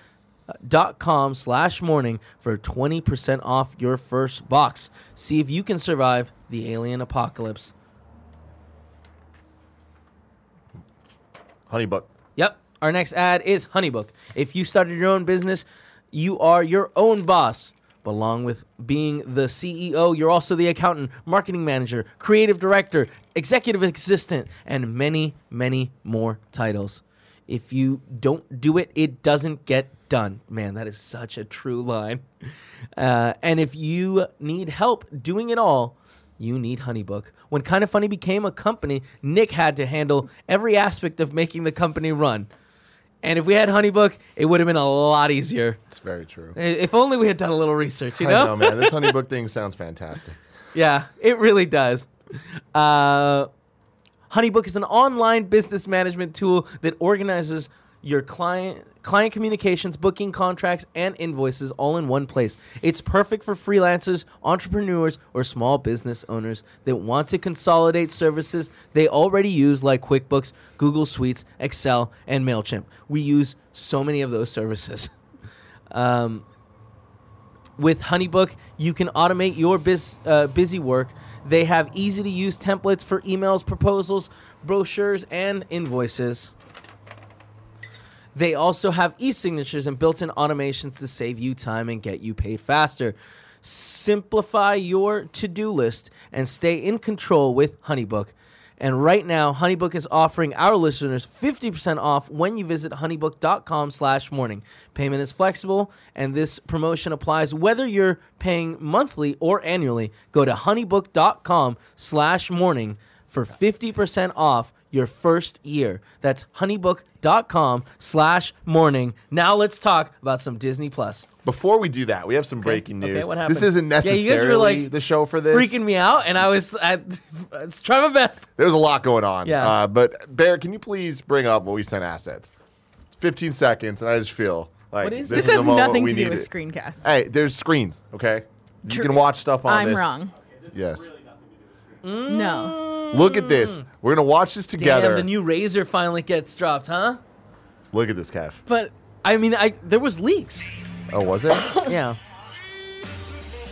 S1: dot com slash morning for 20% off your first box. See if you can survive the alien apocalypse.
S3: honeybook.
S1: Yep. Our next ad is Honeybook. If you started your own business, you are your own boss. But along with being the CEO, you're also the accountant, marketing manager, creative director, executive assistant, and many, many more titles. If you don't do it, it doesn't get done. Man, that is such a true line. Uh, and if you need help doing it all, you need Honeybook. When Kind of Funny became a company, Nick had to handle every aspect of making the company run. And if we had Honeybook, it would have been a lot easier.
S3: It's very true.
S1: I- If only we had done a little research, you
S3: I
S1: know?
S3: know, man. This honeybook thing sounds fantastic.
S1: yeah, it really does. Uh, Honeybook is an online business management tool that organizes your client client communications, booking contracts, and invoices all in one place. It's perfect for freelancers, entrepreneurs, or small business owners that want to consolidate services they already use like QuickBooks, Google Suites, Excel, and Mailchimp. We use so many of those services. Um, With HoneyBook, you can automate your biz, uh, busy work. They have easy to use templates for emails, proposals, brochures, and invoices. They also have e-signatures and built-in automations to save you time and get you paid faster. Simplify your to-do list and stay in control with HoneyBook. And right now, HoneyBook is offering our listeners 50% off when you visit honeybook.com slash morning. Payment is flexible, and this promotion applies whether you're paying monthly or annually. Go to honeybook.com slash morning for 50% off your first year. That's honeybook.com slash morning. Now let's talk about some Disney Plus.
S3: Before we do that, we have some breaking
S1: okay,
S3: news.
S1: what happened?
S3: this isn't
S1: Yeah, you guys were,
S3: necessarily
S1: like,
S3: the show for this.
S1: Freaking me out, and I was, I, I was trying my best.
S3: There's a lot going on.
S1: Yeah.
S3: Uh, but Bear, can you please bring up what we sent assets? It's 15 seconds, and I just feel like
S1: What is
S3: this
S2: This
S3: is the
S2: has
S3: moment
S2: nothing
S3: we
S2: to do
S3: need
S2: with
S3: it.
S2: screencast.
S3: Hey, there's screens. Okay, you
S2: True.
S3: can watch stuff on
S2: I'm
S3: this.
S2: wrong.
S3: Yes.
S2: No.
S3: Look at this. We're gonna watch this
S1: Mm.
S3: together.
S1: Damn, the new Razor finally gets dropped, huh?
S3: Look at this, Kev.
S2: But
S1: I mean, I there was leaks.
S3: Oh, was it?
S1: Yeah.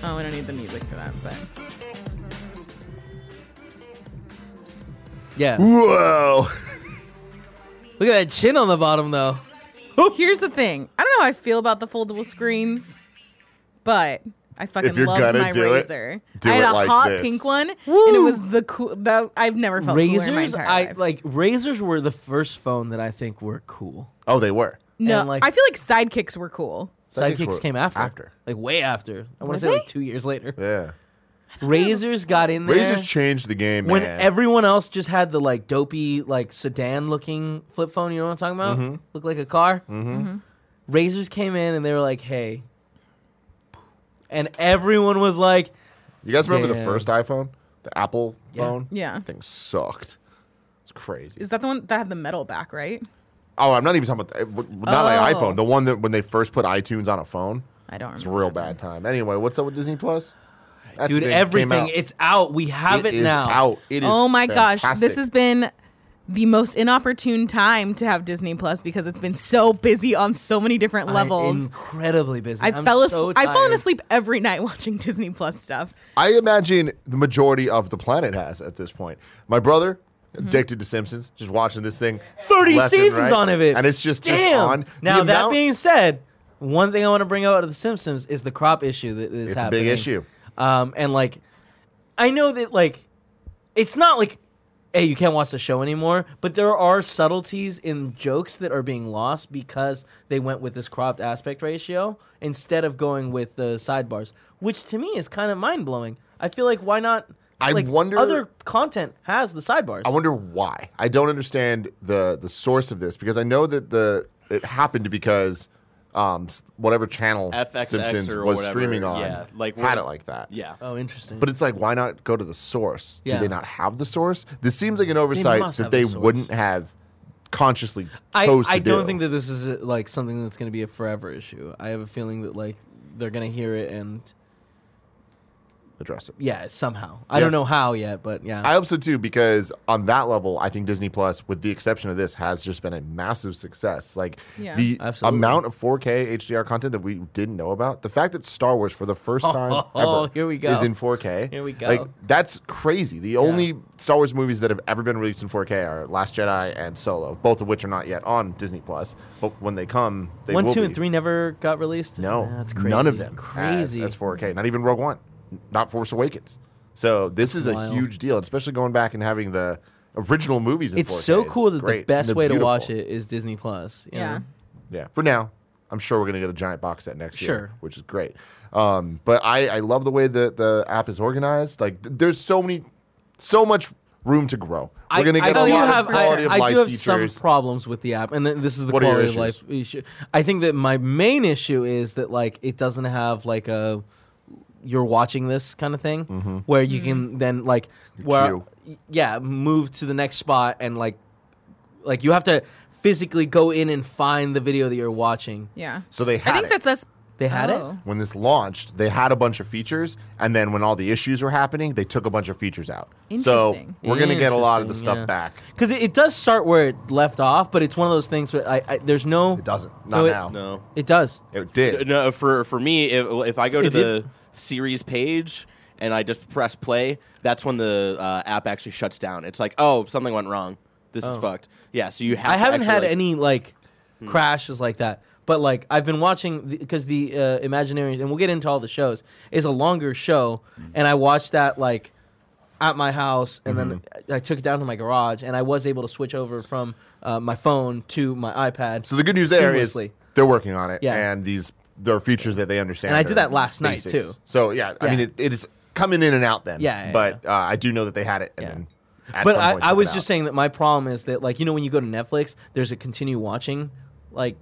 S2: oh, I don't need the music for that. But
S1: Yeah.
S3: Whoa.
S1: Look at that chin on the bottom, though.
S2: here's the thing: I don't know how I feel about the foldable screens, but I fucking
S3: you're
S2: love
S3: gonna
S2: my
S3: do it,
S2: razor.
S3: do
S2: I had
S3: it
S2: a
S3: like
S2: hot
S3: this.
S2: pink one, and it
S1: Woo.
S2: was the cool. The, I've never felt cooler in my
S1: Razors,
S2: entire
S1: I
S2: life.
S1: like. Razors were the first phone that I think were cool.
S3: Oh, they were.
S2: no,
S1: and, like-
S2: I feel like sidekicks were cool.
S3: Sidekicks
S1: Sidekicks
S3: were
S1: came after,
S3: after.
S1: like way after. I want
S2: Were
S1: to say like
S2: they?
S1: two years later.
S3: Yeah.
S1: Razors got in there
S3: Razors changed the game,
S1: when
S3: man.
S1: everyone else just had the like dopey, like sedan-looking flip phone. You know what I'm talking about? Looked like a car. Mm-hmm. Razors came in and they were like, "Hey," and everyone was like,
S3: you guys remember
S1: Damn.
S3: the first iPhone, the Apple
S1: Yeah.
S3: phone?
S2: Yeah.
S3: That thing sucked. It's crazy.
S2: Is that the one that had the metal back, right?
S3: Oh, I'm not even talking about the, w- w- not like
S2: Oh.
S3: iPhone. The one that when they first put iTunes on a phone,
S2: I don't remember.
S3: it's a real bad time. Anyway, what's up with Disney Plus? That's
S1: "Dude,
S3: the thing that came
S1: everything,
S3: out.
S1: it's out. We have it,
S3: is
S1: now."
S3: out. It is.
S2: Oh my gosh,
S3: fantastic.
S2: this has been the most inopportune time to have Disney Plus because it's been so busy on so many different
S1: I'm
S2: levels.
S1: incredibly busy.
S2: I
S1: I'm
S2: fell asleep.
S1: So
S2: I've fallen
S1: tired.
S2: asleep every night watching Disney Plus stuff.
S3: I imagine the majority of the planet has at this point. My brother, addicted to Simpsons, just watching this thing.
S1: 30
S3: left and
S1: Mm-hmm. seasons
S3: right,
S1: on of it.
S3: And it's just, just
S1: Damn.
S3: on. The
S1: Now, that
S3: amount-
S1: being said, one thing I want to bring out of The Simpsons is the crop issue that is
S3: It's a
S1: happening.
S3: big issue.
S1: Um, and, like, I know that, like, it's not like, hey, you can't watch the show anymore, but there are subtleties in jokes that are being lost because they went with this cropped aspect ratio instead of going with the sidebars, which to me is kind of mind blowing. I feel like, why not?
S3: I
S1: like,
S3: wonder-
S1: Other content has the sidebars.
S3: I wonder why. I don't understand the the source of this because I know that the it happened because um s- whatever channel
S4: FXX
S3: Simpsons
S4: or
S3: was
S4: whatever,
S3: streaming on
S4: yeah, like,
S3: had
S4: we're-
S3: it like that.
S4: Yeah.
S1: oh, interesting.
S3: But it's like, why not go to the source?
S1: Yeah.
S3: Do they not have the source? This seems like an oversight
S1: must have
S3: that
S1: the
S3: they
S1: source.
S3: wouldn't have consciously
S1: I,
S3: chose to
S1: I
S3: do.
S1: don't think that this is uh, like something that's going to be a forever issue. I have a feeling that like they're going to hear it and
S3: address it.
S1: yeah, somehow. I
S3: Yeah.
S1: don't know how yet, but yeah.
S3: I hope so too, because on that level, I think Disney Plus, with the exception of this, has just been a massive success. Like
S2: Yeah.
S3: the
S1: Absolutely.
S3: amount of 4K HDR content that we didn't know about, the fact that Star Wars for the first time
S1: Oh,
S3: ever
S1: here we go.
S3: is in 4K.
S1: Here we go.
S3: Like that's crazy. The only Star Wars movies that have ever been released in 4K are Last Jedi and Solo, both of which are not yet on Disney Plus. But when they come, they
S1: One,
S3: will
S1: two, and
S3: be.
S1: three never got released.
S3: No,
S1: Yeah, that's crazy.
S3: None of them.
S1: Crazy.
S3: That's 4K. Not even Rogue One. Not Force Awakens. So this is
S1: Wild.
S3: a huge deal, especially going back and having the original movies. In
S1: it's
S3: 4K.
S1: so cool that the
S3: great
S1: best
S3: and
S1: way to
S3: beautiful.
S1: watch it is Disney Plus. you
S2: Yeah.
S1: know?
S3: Yeah, for now, I'm sure we're gonna get a giant box set next
S1: Sure.
S3: year, which is great. Um, but I, I love the way that the app is organized. Like, th- there's so many, so much room to grow. We're gonna get
S1: I
S3: a
S1: do
S3: lot
S1: have,
S3: of quality
S1: I,
S3: of
S1: I
S3: life
S1: do have
S3: features.
S1: some problems with the app, and th- this is the
S3: What are your
S1: quality of life issue. I think that my main issue is that like it doesn't have like a you're watching this kind of thing
S3: Mm-hmm.
S1: where you can then like where yeah move to the next spot and like like you have to physically go in and find the video that you're watching.
S2: Yeah.
S3: so they
S2: I
S3: had
S2: think
S3: it.
S2: that's us.
S1: They had it?
S2: Oh.
S3: when this launched, they had a bunch of features, and then when all the issues were happening, they took a bunch of features out. So
S2: Interesting.
S3: we're gonna get a lot of the
S1: Interesting,
S3: stuff
S1: yeah.
S3: back.
S1: Because it, it does start where it left off, but it's one of those things where I, I there's no
S3: It doesn't. Not
S1: No, it-
S3: now.
S4: No.
S1: it does.
S3: It did.
S4: No, for for me, if, if I go to
S1: It did-
S4: the series page and I just press play, that's when the uh, app actually
S3: Oh.
S4: shuts down. It's like, oh, something went wrong. This is fucked. Yeah, so you have.
S1: I
S4: to
S1: haven't
S4: actually,
S1: had
S4: like-
S1: any like
S3: Hmm.
S1: Crash is like that. But like I've been watching because the, uh, Imagineering, and we'll get into all the shows, is a longer show,
S3: Hmm.
S1: and I watched that like at my house, and then
S3: Mm-hmm.
S1: I I took it down to my garage, and I was able to switch over from uh, my phone to my iPad.
S3: So the good news there is
S1: Seamlessly.
S3: they're working on it,
S1: Yeah.
S3: and these there are features that they understand.
S1: And I did
S3: are
S1: that last night,
S3: basics.
S1: too.
S3: So yeah, I
S1: Yeah.
S3: mean it, it is coming in and out then.
S1: Yeah, yeah,
S3: but Uh, I do know that they had it, and
S1: Yeah.
S3: then at
S1: but
S3: some
S1: I,
S3: point
S1: I
S3: took it
S1: was
S3: out.
S1: just saying that my problem is that like you know when you go to Netflix, there's a continue watching, like,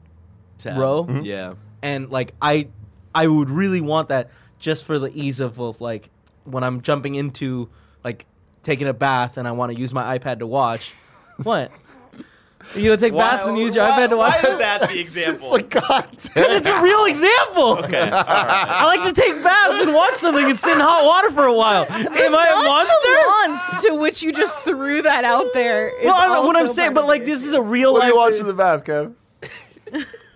S4: Tab.
S1: Row?
S3: Mm-hmm.
S4: Yeah.
S1: and like I, I would really want that just for the ease of both like when I'm jumping into like taking a bath and I want to use my iPad to watch. what? You gonna take baths and use your
S4: why-
S1: iPad to watch?
S4: Why is that the
S3: It's
S4: example?
S3: like God damn.
S1: It's a real example. I like to take baths and watch something and sit in hot water for a while. Am I a monster?
S2: Nonchalance to which you just threw that out there. is
S1: Well, I don't know what
S2: also
S1: I'm saying,
S2: part
S1: but
S2: of
S1: like
S2: it.
S1: this is a real
S3: What do
S1: life.
S3: you watch in the bath, Kev?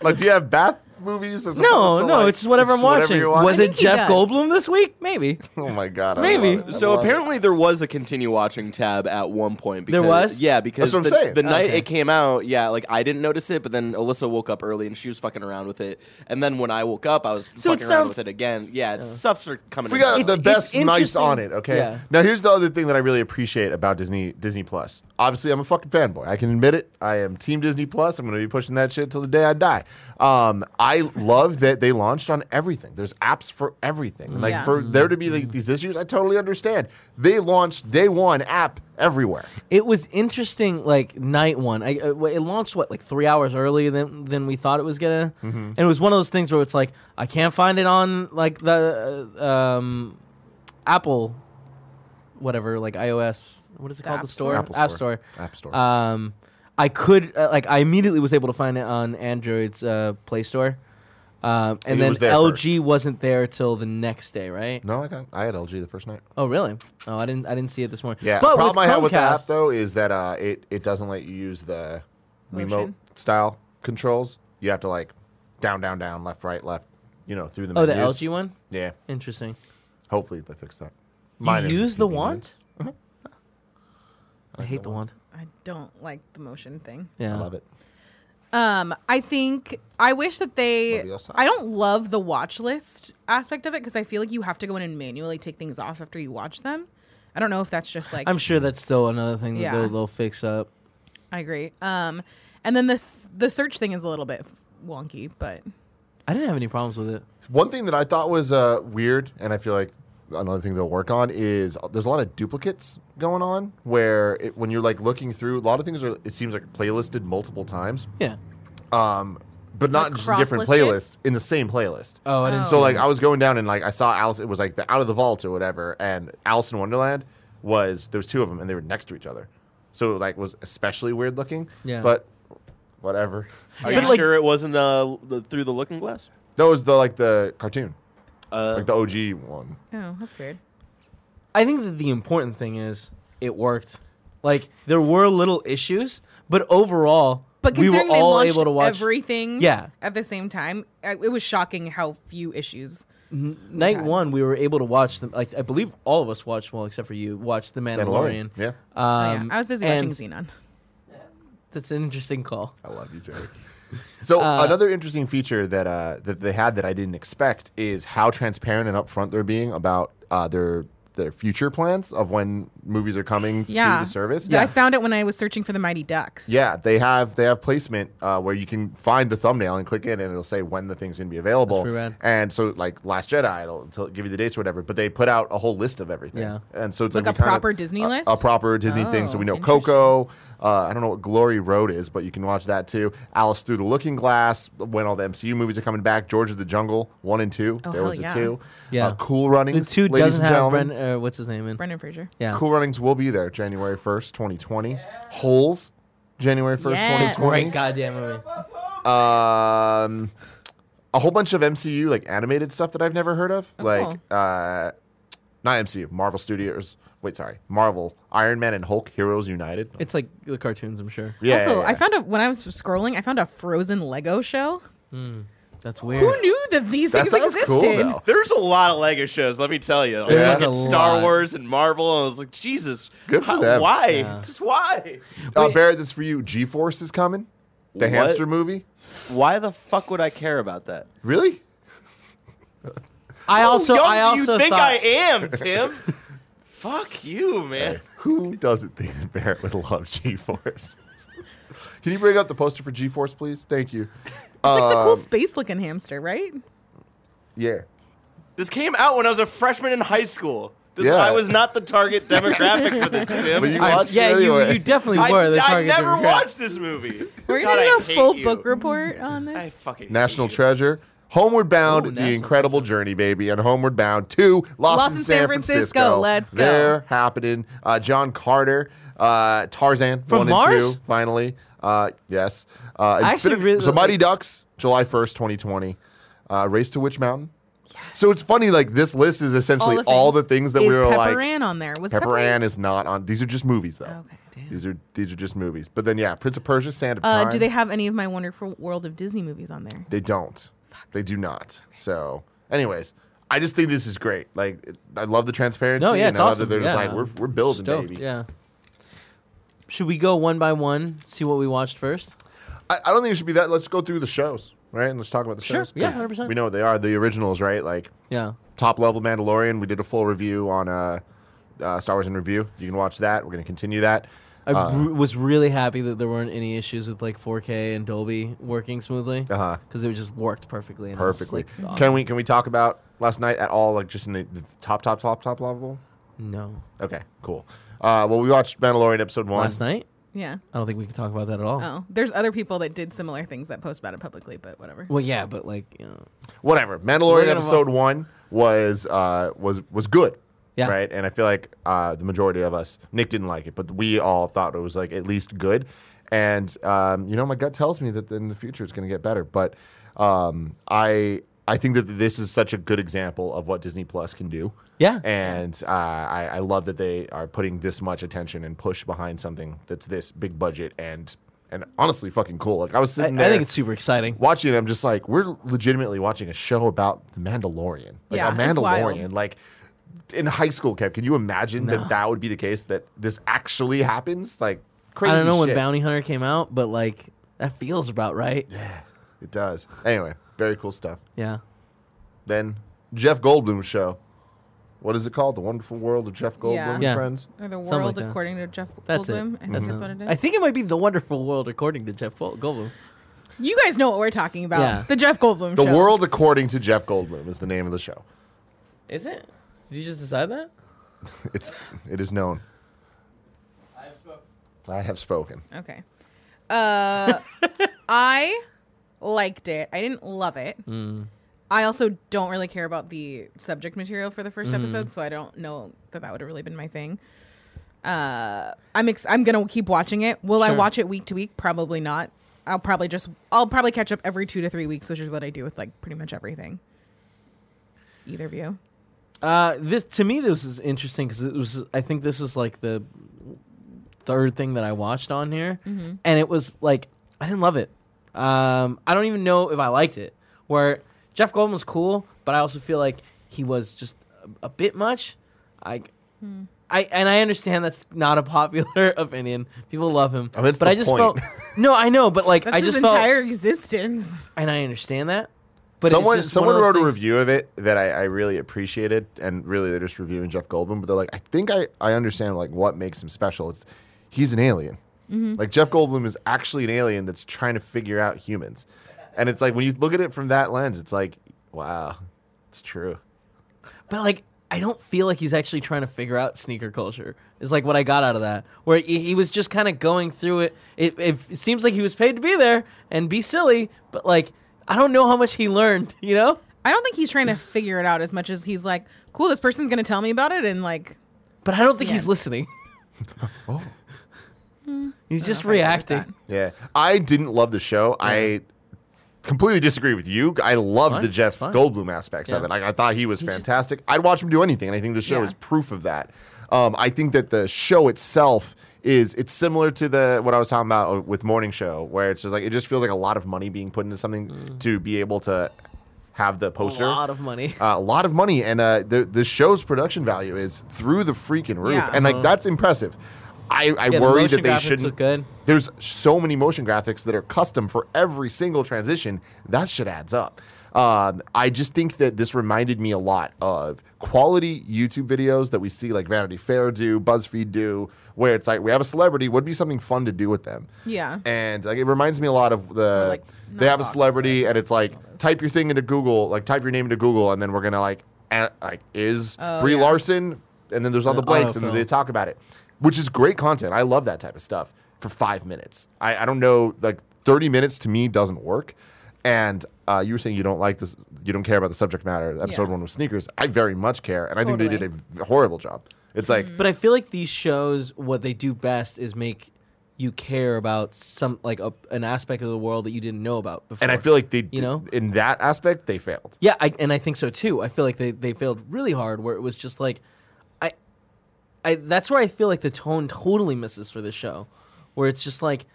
S3: like, do you have bath movies? as
S1: No,
S3: opposed to,
S1: no,
S3: like,
S1: it's just whatever I'm watching.
S3: you're
S1: Was
S2: I
S1: it
S2: think he
S1: Jeff
S2: does.
S1: Goldblum this week? Maybe.
S3: Oh my god! I
S1: Maybe.
S3: love it. I
S4: So
S3: love it.
S4: apparently there was a continue watching tab at one point. Because,
S1: There was?
S4: yeah, because
S3: That's what I'm
S4: the,
S3: saying.
S4: the night
S1: Okay.
S4: it came out, yeah, like I didn't notice it, but then Alyssa woke up early and she was fucking around with it, and then when I woke up, I was
S1: So it
S4: fucking around
S1: sounds-
S4: with it again. Yeah, it's stuff's are coming.
S3: We
S4: in
S3: got
S4: and
S3: the
S4: out.
S1: it's
S3: best nice
S1: interesting-
S3: on it. Okay.
S1: Yeah.
S3: Now here's the other thing that I really appreciate about Disney Disney Plus. Obviously, I'm a fucking fanboy. I can admit it. I am Team Disney Plus. I'm going to be pushing that shit till the day I die. Um, I love that they launched on everything. There's apps for everything. Like
S2: Yeah.
S3: for there to be like, these issues, I totally understand. They launched day one app everywhere.
S1: It was interesting, like night one. I uh, it launched what like three hours earlier than than we thought it was gonna,
S3: Mm-hmm.
S1: and it was one of those things where it's like I can't find it on like the uh, um, Apple, whatever, like iOS. What is it called?
S2: App
S1: the store,
S3: Apple
S1: App
S3: Store.
S1: Store.
S3: App Store.
S1: Um, I could uh, like I immediately was able to find it on Android's uh, Play Store, um, and
S3: It
S1: then
S3: was there
S1: LG wasn't there till the next day, right?
S3: No, I got I had LG the first night.
S1: Oh really? Oh, I didn't. I didn't see it this morning.
S3: Yeah.
S1: But
S3: the problem
S1: with
S3: I have with the app
S1: Chromecast-
S3: though is that uh, it it doesn't let you use the remote
S2: Motion.
S3: style controls. You have to like down, down, down, left, right, left. You know, through the
S1: Oh, the
S3: menus.
S1: LG one.
S3: Yeah.
S1: Interesting.
S3: Hopefully they fix that.
S1: you
S3: Mine
S1: use the wand?
S3: inconvenience.
S1: Mm-hmm. I, hate the wand.
S2: I don't like the motion thing.
S1: Yeah.
S3: I love it.
S2: Um, I think I wish that they.
S3: Maybe I'll stop.
S2: I don't love the watch list aspect of it because I feel like you have to go in and manually take things off after you watch them. I don't know if that's just like
S1: I'm sure that's still another thing that
S2: Yeah.
S1: they'll, they'll fix up.
S2: I agree. Um, and then this the search thing is a little bit wonky, but
S1: I didn't have any problems with it.
S3: One thing that I thought was uh, weird, and I feel like another thing they'll work on is uh, there's a lot of duplicates going on where it, when you're like looking through, a lot of things are it seems like playlisted multiple times,
S1: Yeah.
S3: um, but not
S2: Like
S3: just in different playlists
S2: cross-listed?
S3: in the same playlist.
S1: Oh, I didn't.
S2: Oh.
S1: see
S3: So like
S1: it.
S3: I was going down and like I saw Alice. It was like the Out of the Vault or whatever, and Alice in Wonderland was there was two of them and they were next to each other, so it like was especially weird looking.
S1: Yeah.
S3: But whatever.
S4: Are
S1: But,
S4: you
S1: like-
S4: sure it wasn't uh, the- through the looking glass?
S3: No, it was the like the cartoon,
S4: Uh,
S3: like the OG one.
S2: oh, that's weird.
S1: I think that the important thing is it worked. Like there were little issues, but overall,
S2: But
S1: we were
S2: considering
S1: all
S2: they launched
S1: able to watch
S2: everything,
S1: Yeah.
S2: at the same time, I- it was shocking how few issues.
S1: night
S2: Okay.
S1: one. We were able to watch them. Like I believe all of us watched, well, except for you, watched The Mandalorian.
S3: Mandalorian. Yeah.
S2: Oh, yeah.
S1: Um,
S2: I was busy
S1: and
S2: watching Xenon.
S1: That's an interesting call.
S3: I love you, Jerry. So
S2: Uh,
S3: another interesting feature that uh, that they had that I didn't expect is how transparent and upfront they're being about uh, their their future plans of when movies are coming
S2: Yeah,
S3: to the service.
S2: I found it when I was searching for the Mighty Ducks.
S3: Yeah, they have they have placement uh, where you can find the thumbnail and click in, and it'll say when the thing's gonna be available.
S1: pretty rad.
S3: And so, like Last Jedi, it'll, it'll give you the dates or whatever. But they put out a whole list of everything.
S1: Yeah.
S3: and so it's like,
S2: Like
S3: we
S2: a
S3: kind of-
S2: proper Disney
S3: a-
S2: list?
S3: a proper Disney thing. So
S2: Oh,
S3: we know
S2: interesting.
S3: Coco. Uh, I don't know what Glory Road is, but you can watch that too. Alice Through the Looking Glass. When all the MCU movies are coming back, George of the Jungle one and two.
S2: Oh,
S3: there
S2: hell
S3: was a
S2: yeah.
S3: two.
S1: Yeah.
S3: uh, Cool Runnings.
S1: The two
S3: ladies
S1: doesn't have
S3: and gentlemen.
S1: Bren, uh, what's his name in.
S2: Brendan Fraser.
S1: Yeah.
S3: Cool Runnings will be there January 1st, 2020. Holes, January 1st,
S2: Yeah.
S3: 2020.
S1: Great goddamn movie.
S3: Um, a whole bunch of MCU like animated stuff that I've never heard of,
S2: Oh,
S3: like
S2: cool.
S3: uh, not MCU, Marvel Studios. Wait, sorry, Marvel, Iron Man and Hulk, Heroes United.
S1: It's like the cartoons, I'm sure.
S3: yeah,
S2: also,
S3: yeah,
S2: I
S3: yeah.
S2: found a when I was scrolling, I found a Frozen Lego show.
S1: That's weird.
S2: Who knew that these
S3: that
S2: things
S3: sounds
S2: existed?
S3: cool though.
S4: There's a lot of Lego shows, let me tell you. Like,
S3: Yeah.
S4: look at
S1: There's a
S4: Star
S1: lot.
S4: Wars and Marvel, and I was like, Jesus,
S3: Good for
S4: how-
S3: them.
S4: why?
S1: Yeah.
S4: Just why?
S3: Uh, Barrett, this is for you. G Force is coming. The
S4: What?
S3: hamster movie?
S4: Why the fuck would I care about that?
S3: Really?
S1: I also,
S4: Young
S1: I
S4: do
S1: also
S4: you think
S1: thought,
S4: I am, Tim. fuck you, man.
S3: Who doesn't think that Barrett would love G Force? Can you bring up the poster for G Force, please? Thank you.
S2: It's like the cool
S3: Um,
S2: space looking hamster,
S4: Oh
S2: right?
S3: yeah.
S4: This came out when I was a freshman in high school. This,
S3: Yeah.
S4: I was not the target demographic for this,
S3: But
S4: Tim.
S3: you
S1: I-
S3: watched it
S1: yeah, you,
S3: anyway.
S1: you definitely
S4: I,
S1: were the
S4: I
S1: target.
S4: never
S1: demographic.
S4: watched this movie.
S2: We're
S4: God,
S2: gonna
S4: I
S2: do a
S4: hate
S2: full
S4: you.
S2: book report on this.
S4: I fucking hate
S3: National
S4: you.
S3: Treasure, Homeward Bound,
S1: Ooh,
S3: The
S1: National
S3: Incredible Journey, baby, and Homeward Bound 2, Lost,
S2: Lost
S3: in,
S2: in
S3: San,
S2: San
S3: Francisco.
S2: Francisco, let's go.
S3: They're happening. Uh, John Carter, uh, Tarzan,
S1: From
S3: 1
S1: Mars?
S3: and 2, finally. Uh, yes. Uh,
S1: I actually
S3: Infinity-
S1: really-
S3: so Mighty Ducks, July 1st, 2020. Uh, Race to Witch Mountain. So it's funny, like, this list is essentially all the, things that
S2: Is
S3: we were
S2: Pepper
S3: like.
S2: Ann on there. Was
S3: Pepper Ann is not on. These are just movies, though.
S2: Okay. Damn.
S3: These are these are just movies. But then, yeah, Prince of Persia, Sand of
S2: Uh,
S3: Time.
S2: do they have any of my Wonderful World of Disney movies on there?
S3: They don't. They do not. So, anyways, I just think this is great. Like, it- I love the transparency.
S1: No, yeah,
S3: and
S1: it's
S3: I love
S1: awesome.
S3: that They're just
S1: Yeah,
S3: like, we're,
S1: I'm
S3: we're building,
S1: Stoked,
S3: baby.
S1: Yeah. Should we go one by one, see what we watched first?
S3: I, I don't think it should be that. Let's go through the shows, right? And let's talk about the
S1: Sure,
S3: shows. 'cause
S1: yeah, 100%.
S3: We know what they are. The originals, right? Like,
S1: Yeah.
S3: top level Mandalorian. We did a full review on uh, uh, Star Wars in Review. You can watch that. We're going to continue that. Uh,
S1: I re- was really happy that there weren't any issues with like 4K and Dolby working smoothly because
S3: Uh-huh.
S1: it just worked perfectly. And I was just
S3: Perfectly.
S1: like, "Oh,
S3: Can we can we talk about last night at all? Like, just in the the top, top, top, top level?
S1: no.
S3: Okay, cool. Uh, well, we watched Mandalorian episode one.
S1: Last night?
S2: Yeah.
S1: I don't think we can talk about that at all.
S2: Oh, there's other people that did similar things that post about it publicly, but whatever.
S1: Well, yeah, but like, you know,
S3: whatever.
S1: We're
S3: Mandalorian
S1: gonna
S3: episode one was uh, was was good.
S1: Yeah.
S3: Right. And I feel like uh, the majority of us, Nick didn't like it, but we all thought it was like at least good. And um, you know, my gut tells me that in the future it's going to get better. But um, I I think that this is such a good example of what Disney Plus can do.
S1: Yeah.
S3: And uh, I, I love that they are putting this much attention and push behind something that's this big budget and and honestly fucking cool. Like I was
S1: I,
S3: sitting
S1: I
S3: there
S1: think it's super exciting.
S3: watching it, I'm just like, we're legitimately watching a show about the Mandalorian. Like
S2: Yeah,
S3: a
S2: it's
S3: Mandalorian.
S2: wild.
S3: Like in high school, Kev, can you imagine
S1: No.
S3: that that would be the case that this actually happens? Like crazy.
S1: I don't know
S3: shit.
S1: when Bounty Hunter came out, but like, that feels about right. Yeah.
S3: It does. Anyway, very cool stuff.
S1: yeah.
S3: Then Jeff Goldblum show. What is it called? The Wonderful World of Jeff Goldblum and
S1: Yeah. Mm-hmm.
S3: Friends.
S2: Or the
S1: Something
S2: world
S1: like that.
S2: according to Jeff
S1: That's it.
S2: Goldblum. I think
S1: That's
S2: that's
S1: it.
S2: what it is.
S1: I think it might be The Wonderful World according to Jeff Gold- Goldblum.
S2: you guys know what we're talking about.
S1: Yeah.
S2: The Jeff Goldblum
S3: The
S2: show.
S3: World According to Jeff Goldblum is the name of the show.
S1: Is it? Did you just decide that?
S3: It's it is known. I have spoken.
S2: Okay. Uh, I liked it. I didn't love it.
S1: Mm.
S2: I also don't really care about the subject material for the first
S1: Mm-hmm.
S2: episode, so I don't know that that would have really been my thing. Uh, I'm ex- I'm gonna keep watching it. Will I
S1: Sure.
S2: watch it week to week? Probably not. I'll probably just I'll probably catch up every two to three weeks, which is what I do with like pretty much everything. Either of you?
S1: Uh, this to me, this is interesting because it was. I think this was like the third thing that I watched on here,
S2: Mm-hmm.
S1: and it was like I didn't love it. Um, I don't even know if I liked it. Where Jeff Goldman was cool, but I also feel like he was just a, a bit much. I.
S2: Hmm.
S1: I, and I understand that's not a popular opinion. People love him,
S3: I mean, it's
S1: but
S3: the
S1: I just felt
S3: point.
S1: no. I know, but like
S2: That's
S1: I
S2: his
S1: just felt,
S2: entire existence.
S1: and I understand that. But it's
S3: someone
S1: just one
S3: someone
S1: of those
S3: wrote a
S1: things-
S3: review of it that I, I really appreciated, and really they're just reviewing Jeff Goldblum, but they're like, I think I, I understand like what makes him special. It's he's an alien.
S1: Mm-hmm.
S3: Like Jeff Goldblum is actually an alien that's trying to figure out humans, and it's like when you look at it from that lens, it's like, wow, it's true.
S1: But like, I don't feel like he's actually trying to figure out sneaker culture. Is like what I got out of that, where he, he was just kind of going through it. It, it. it seems like he was paid to be there and be silly, but like, I don't know how much he learned. You know?
S2: I don't think he's trying to figure it out as much as he's like, cool, this person's gonna tell me about it and like
S1: But I don't think
S2: Yeah.
S1: he's listening.
S3: Oh.
S1: He's just
S2: know if I agree with
S1: reacting.
S3: Yeah, I didn't love the show. I completely disagree with you. I loved
S1: Fine,
S3: the Jeff
S1: it's fine.
S3: Goldblum aspects of
S1: Yeah.
S3: it. Like I thought he was
S1: just-
S3: fantastic. I'd watch him do anything, and I think the show
S2: Yeah.
S3: is proof of that. Um, I think that the show itself is it's similar to the what I was talking about uh, with Morning Show, where it's just like it just feels like a lot of money being put into something to be able to have the
S1: Mm. A
S3: poster.
S1: lot of money.
S3: Uh, a lot of money, and uh, the the show's production value is through the freaking roof,
S2: Yeah.
S3: and like that's impressive. I, I
S1: Uh-huh. Yeah, the
S3: worry
S1: motion
S3: that they
S1: graphics
S3: shouldn't.
S1: look good.
S3: There's so many motion graphics that are custom for every single transition. That shit adds up. Um, I just think that this reminded me a lot of quality YouTube videos that we see like Vanity Fair do, BuzzFeed do, where it's like we have a celebrity. Would be something fun to do with them.
S2: Yeah.
S3: And like it reminds me a lot of the
S2: Or, like,
S3: they have a
S2: Knockbox,
S3: celebrity and it's like type your thing into Google, like type your name into Google, and then we're gonna like a- like is Brie
S2: Oh, yeah. Oh,
S3: Larson, and then there's all the
S1: An
S3: blanks, and then
S1: autofill.
S3: they talk about it, which is great content. I love that type of stuff for five minutes. I, I don't know, like thirty minutes to me doesn't work. And uh, you were saying you don't like this, you don't care about the subject matter. Episode
S2: Yeah.
S3: one with sneakers, I very much care, and I think they
S2: Totally. Mm-hmm.
S3: did a horrible job. It's like
S1: But I feel like these shows, what they do best is make you care about some like a, an aspect of the world that you didn't know about before.
S3: and I feel like they,
S1: You know?
S3: in that aspect, they failed.
S1: yeah, I, and I think so too. I feel like they they failed really hard, where it was just like, I, I that's where I feel like the tone totally misses for this show, where it's just like.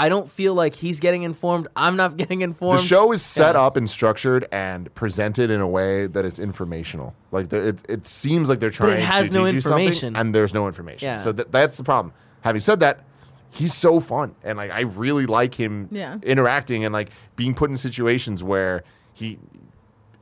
S1: I don't feel like he's getting informed. I'm not getting informed.
S3: The show is set
S1: Yeah.
S3: up and structured and presented in a way that it's informational. Like the, it, it seems like they're trying.
S1: has
S3: to
S1: no
S3: do something,
S1: information.
S3: and there's no information.
S1: Yeah.
S3: So th- that's the problem. Having said that, he's so fun, and like I really like him
S2: Yeah.
S3: interacting and like being put in situations where he,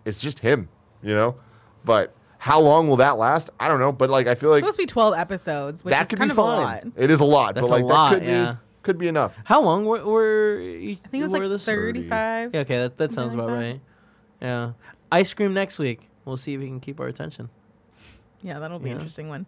S3: it's just him, you know. But how long will that last? I don't know. But like I feel like
S2: it's supposed to be 12 episodes, which
S3: that
S2: is
S3: could
S2: kind
S3: be
S2: of
S3: fine.
S2: a lot.
S3: It is a lot,
S1: That's
S3: but
S1: a
S3: like
S1: lot,
S3: that could
S1: yeah.
S3: be could be enough.
S1: How long were, were
S2: I think it was
S1: were
S2: like
S1: this?
S2: 35.
S1: Yeah, okay, that, that sounds
S2: like
S1: about
S2: that.
S1: right. Yeah. Ice cream next week. We'll see if we can keep our attention.
S2: Yeah, that'll be
S1: Yeah.
S2: an interesting one.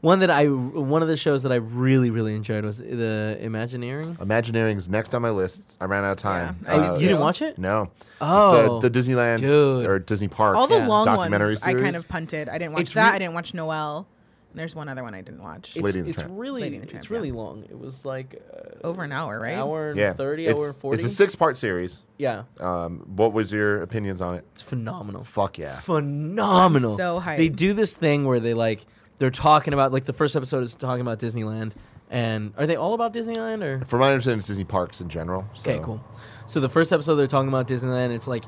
S1: One that I one of the shows that I really really enjoyed was the Imagineering.
S3: Imagineering's next on my list. I ran out of time. Uh,
S2: Yeah. I-
S1: you didn't watch it?
S3: No.
S1: Oh,
S3: the, the Disneyland
S1: dude.
S3: or Disney Park.
S2: All the
S1: Yeah.
S2: long
S3: documentary
S2: ones I
S3: series?
S2: kind of punted. I didn't watch
S1: It's
S2: that.
S1: re-
S2: I didn't watch Noel. And there's one other one I didn't watch.
S1: it's,
S3: Lady and the
S1: it's
S3: Tramp.
S1: really
S2: Lady and the
S1: it's
S2: Tramp,
S1: really
S2: yeah.
S1: long. It was like uh,
S2: Over an hour, right?
S1: hour and
S3: yeah,
S1: thirty,
S3: it's,
S1: hour and forty.
S3: It's a six-part series.
S1: yeah,
S3: Um, what was your opinions on it?
S1: it's phenomenal.
S3: Fuck yeah.
S1: phenomenal.
S2: I'm so hyped.
S1: They do this thing where they like they're talking about like the first episode is talking about Disneyland, and are they all about Disneyland or?
S3: From my understanding, it's Disney parks in general. So.
S1: Okay, cool. So the first episode they're talking about Disneyland. It's like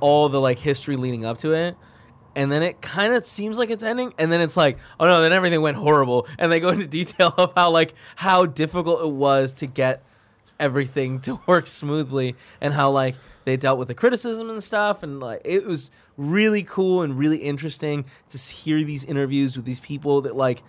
S1: all the like history leading up to it, and then it kind of seems like it's ending, and then it's like, oh no, then everything went horrible, and they go into detail of how like how difficult it was to get everything to work smoothly, and how like they dealt with the criticism and stuff, and like it was really cool and really interesting to s- hear these interviews with these people that like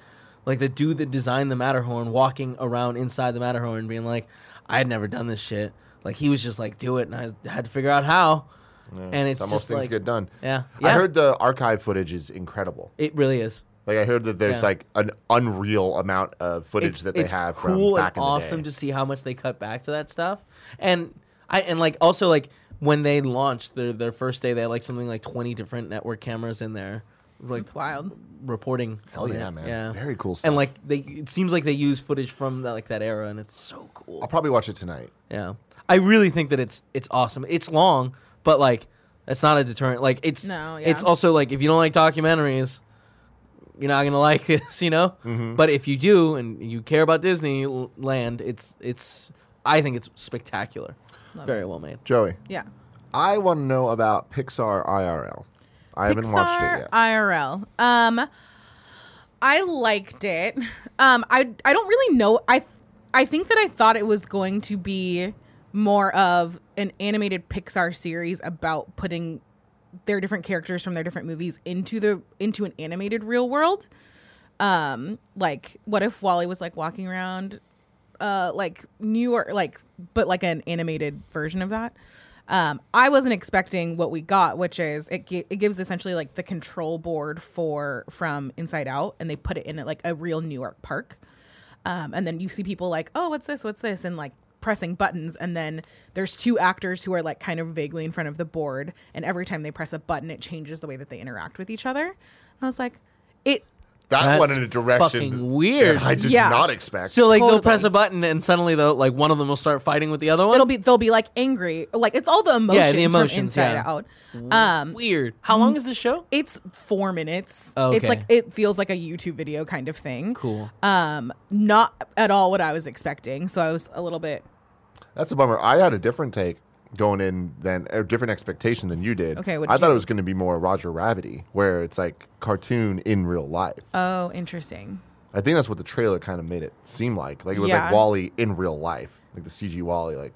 S1: like the dude that designed the Matterhorn walking around inside the Matterhorn being like, I had never done this shit. Like he was just like, do it, and I had to figure out how. and it's
S3: Some of those
S1: just
S3: things
S1: like,
S3: get done.
S1: yeah,
S3: I
S1: Yeah.
S3: heard the archive footage is incredible.
S1: it really is.
S3: Like I heard that there's
S1: Yeah.
S3: like an unreal amount of footage that they have
S1: cool
S3: from back
S1: and
S3: in the
S1: awesome
S3: day.
S1: to see how much they cut back to that stuff. And I and like also like when they launched their their first day, they had like something like twenty different network cameras in there, like
S2: It's wild.
S1: reporting.
S3: Hell
S1: on
S3: yeah,
S1: it.
S3: man!
S1: Yeah,
S3: Very cool stuff.
S1: and like they, it seems like they use footage from that, like that era, and it's so cool.
S3: I'll probably watch it tonight.
S1: Yeah, I really think that it's it's awesome. It's long, but like it's not a deterrent. Like it's
S2: No,
S1: it's
S2: yeah.
S1: also like if you don't like documentaries, you're not gonna like this, you know. But if you do and you care about Disneyland, it's it's I think it's spectacular,
S2: Love
S1: very well made.
S3: Joey,
S2: Yeah.
S3: I want to know about Pixar IRL. I haven't watched it
S2: Pixar
S3: yet.
S2: IRL. Um, I liked it. Um, I I don't really know. I I think that I thought it was going to be more of an animated Pixar series about putting their different characters from their different movies into the into an animated real world. Um, like what if Wally was like walking around uh like New York like but like an animated version of that. Um I wasn't expecting what we got which is it gi- it gives essentially like the control board for from Inside Out and they put it in at like a real New York park. Um and then you see people like oh what's this what's this and like pressing buttons and then there's two actors who are like kind of vaguely in front of the board and every time they press a button it changes the way that they interact with each other. I was like it
S3: That
S1: That's
S3: went in a
S1: fucking
S3: direction
S1: weird.
S3: that I did
S2: Yeah.
S3: not expect.
S1: So like they'll
S2: Totally.
S1: press a button and suddenly they'll like one of them will start fighting with the other one.
S2: it'll be they'll be like angry like it's all the emotions, from
S1: emotions,
S2: inside
S1: yeah.
S2: out um
S1: weird. How long is the show?
S2: it's four minutes
S1: Oh, okay.
S2: it's like it feels like a youtube video kind of thing
S1: Cool.
S2: um not at all what i was expecting so i was a little bit
S3: That's a bummer. I had a different take going in than a different expectation than you did.
S2: Okay, what'd
S3: I thought
S2: you-
S3: it was going to be more Roger Rabbity, where it's like cartoon in real life.
S2: oh interesting
S3: I think that's what the trailer kind of made it seem like. Like it was
S2: Yeah.
S3: like Wally in real life, like the CG Wally, like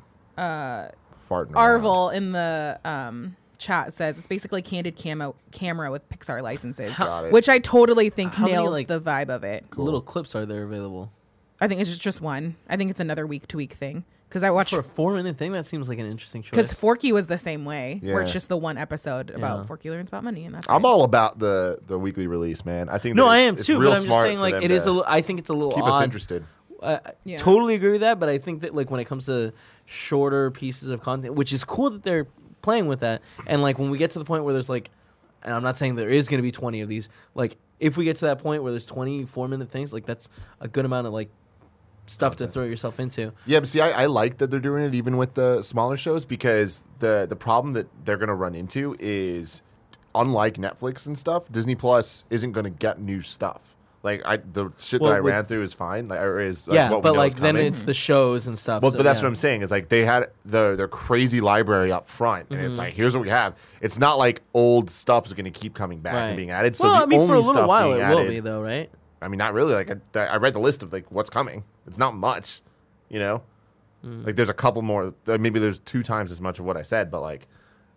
S3: uh, farting. around.
S2: Arvel in the um, chat says it's basically candid camo camera with Pixar licenses,
S3: Got it.
S2: which I totally think
S1: How many,
S2: nails
S1: like-
S2: the vibe of it.
S1: Little clips are there available
S2: I think it's just, just one. I think it's another week to week thing because I watched
S1: for a four-minute thing. That seems like an interesting choice.
S2: because Forky was the same way, where it's
S3: Yeah.
S2: just the one episode about
S1: Yeah.
S2: Forky learns about money, and that's
S3: I'm
S2: it.
S3: all about the the weekly release, man. I think
S1: no,
S3: that
S1: I
S3: it's-
S1: am
S3: it's
S1: too. But
S3: real
S1: I'm just
S3: smart
S1: saying,
S3: for
S1: like,
S3: them
S1: it is.
S3: to
S1: A, li- I think it's a little
S3: keep us
S1: odd.
S3: interested.
S1: I I
S2: Yeah.
S1: totally agree with that, but I think that like when it comes to shorter pieces of content, which is cool that they're playing with that, and like when we get to the point where there's like, and I'm not saying there is going to be 20 of these, like if we get to that point where there's 24 minute things, like that's a good amount of like stuff to throw yourself into.
S3: Yeah, but see, I, I like that they're doing it even with the smaller shows because the the problem that they're going to run into is, unlike Netflix and stuff, Disney Plus isn't going to get new stuff. Like I, the shit
S1: Well,
S3: that I
S1: with-
S3: ran through is fine. Like, or is like,
S1: yeah,
S3: what we
S1: but
S3: know is
S1: like then
S3: coming.
S1: it's the shows and stuff.
S3: Well,
S1: so,
S3: but that's
S1: yeah.
S3: what I'm saying is like they had the their crazy library up front, and
S1: Mm-hmm.
S3: it's like here's what we have. It's not like old stuff is going to keep coming back
S1: Right.
S3: and being added. So
S1: well,
S3: the
S1: I mean,
S3: only
S1: for a little
S3: stuff
S1: while
S3: being
S1: it will
S3: added-
S1: be though, right?
S3: I mean, not really. Like I, I read the list of like what's coming. It's not much, you know.
S1: Hmm.
S3: Like there's a couple more. uh, Maybe there's two times as much of what I said, but like,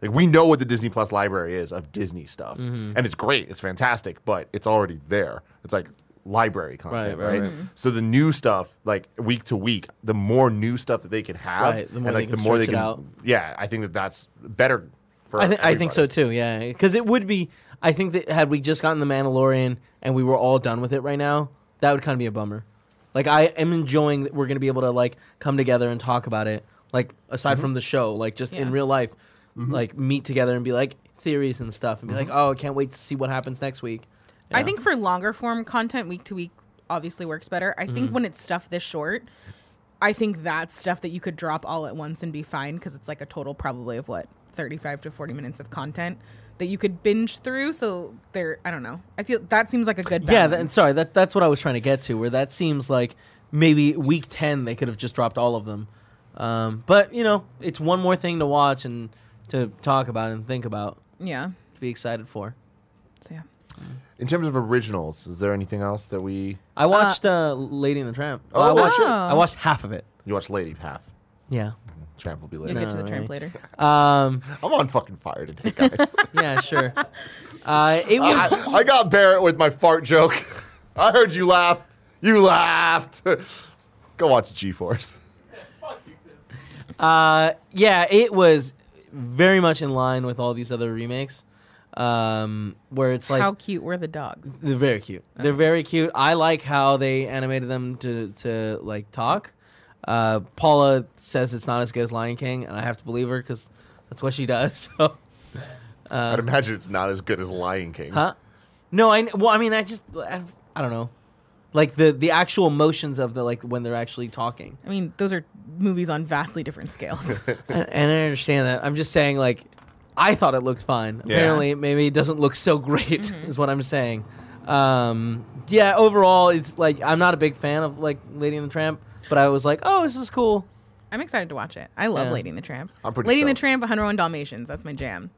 S3: like we know what the Disney Plus library is of Disney stuff,
S1: Mm-hmm.
S3: and it's great. It's fantastic, but it's already there. It's like library content,
S1: Right,
S3: right?
S1: right, right.
S3: So the new stuff, like week to week, the more new stuff that they can have,
S1: Right, the more
S3: and
S1: they
S3: like
S1: can
S3: the more they
S1: stretch
S3: can,
S1: it out.
S3: yeah. I think that that's better. For
S1: I, th- I think
S3: everybody.
S1: so too. Yeah, because it would be. I think that had we just gotten the Mandalorian and we were all done with it right now, that would kind of be a bummer. Like I am enjoying that we're gonna be able to like come together and talk about it. Like aside
S3: Mm-hmm.
S1: from the show, like just in
S2: Yeah.
S1: real life, like meet together and be like theories and stuff, and be
S3: Mm-hmm.
S1: like, oh, I can't wait to see what happens next week.
S2: I
S1: Yeah.
S2: think for longer form content, week to week obviously works better. I
S1: Mm-hmm.
S2: think when it's stuff this short, I think that's stuff that you could drop all at once and be fine because it's like a total probably of what 35 to 40 minutes of content that you could binge through. So there, I don't know. I feel that seems like a good balance.
S1: Yeah, that, and sorry, that that's what I was trying to get to. Where that seems like maybe week ten they could have just dropped all of them, um, but you know, it's one more thing to watch and to talk about and think about.
S2: yeah.
S1: to be excited for.
S2: So yeah.
S3: In terms of originals, is there anything else that we
S1: I watched uh, Lady and the Tramp.
S3: Oh,
S1: I watched
S2: shit.
S1: I watched half of it.
S3: you watch? Lady Half
S1: Yeah.
S3: Tramp will be
S2: You'll
S3: later.
S2: get to the
S1: Alright.
S2: tramp later.
S1: Um,
S3: I'm on fucking fire today, guys.
S1: yeah, sure. Uh, it was
S3: I, I got Barrett with my fart joke. I heard you laugh. You laughed. Go watch G Force.
S1: uh, yeah, it was very much in line with all these other remakes. Um, where it's like
S2: How cute were the dogs?
S1: They're very cute. They're very cute. I like how they animated them to to like talk. Uh, Paula says it's not as good as Lion King, and I have to believe her because that's what she does. So,
S3: I'd imagine it's not as good as Lion King.
S1: Um, huh? No, I well, I mean, I just I, I don't know, like the the actual motions of the like when they're actually talking,
S2: I mean, those are movies on vastly different scales.
S1: and, and I understand that. I'm just saying, like, I thought it looked fine. Apparently, maybe it doesn't look so great,
S2: Mm-hmm.
S1: is what I'm saying. Um, yeah, overall, it's like I'm not a big fan of like Lady and the Tramp, but I was like, oh, this is cool.
S2: I'm excited to watch it. I love
S1: Yeah.
S2: Lady and the Tramp.
S3: I'm pretty
S2: Lady and the
S3: stoked.
S2: Tramp, 101 Dalmatians. That's my jam.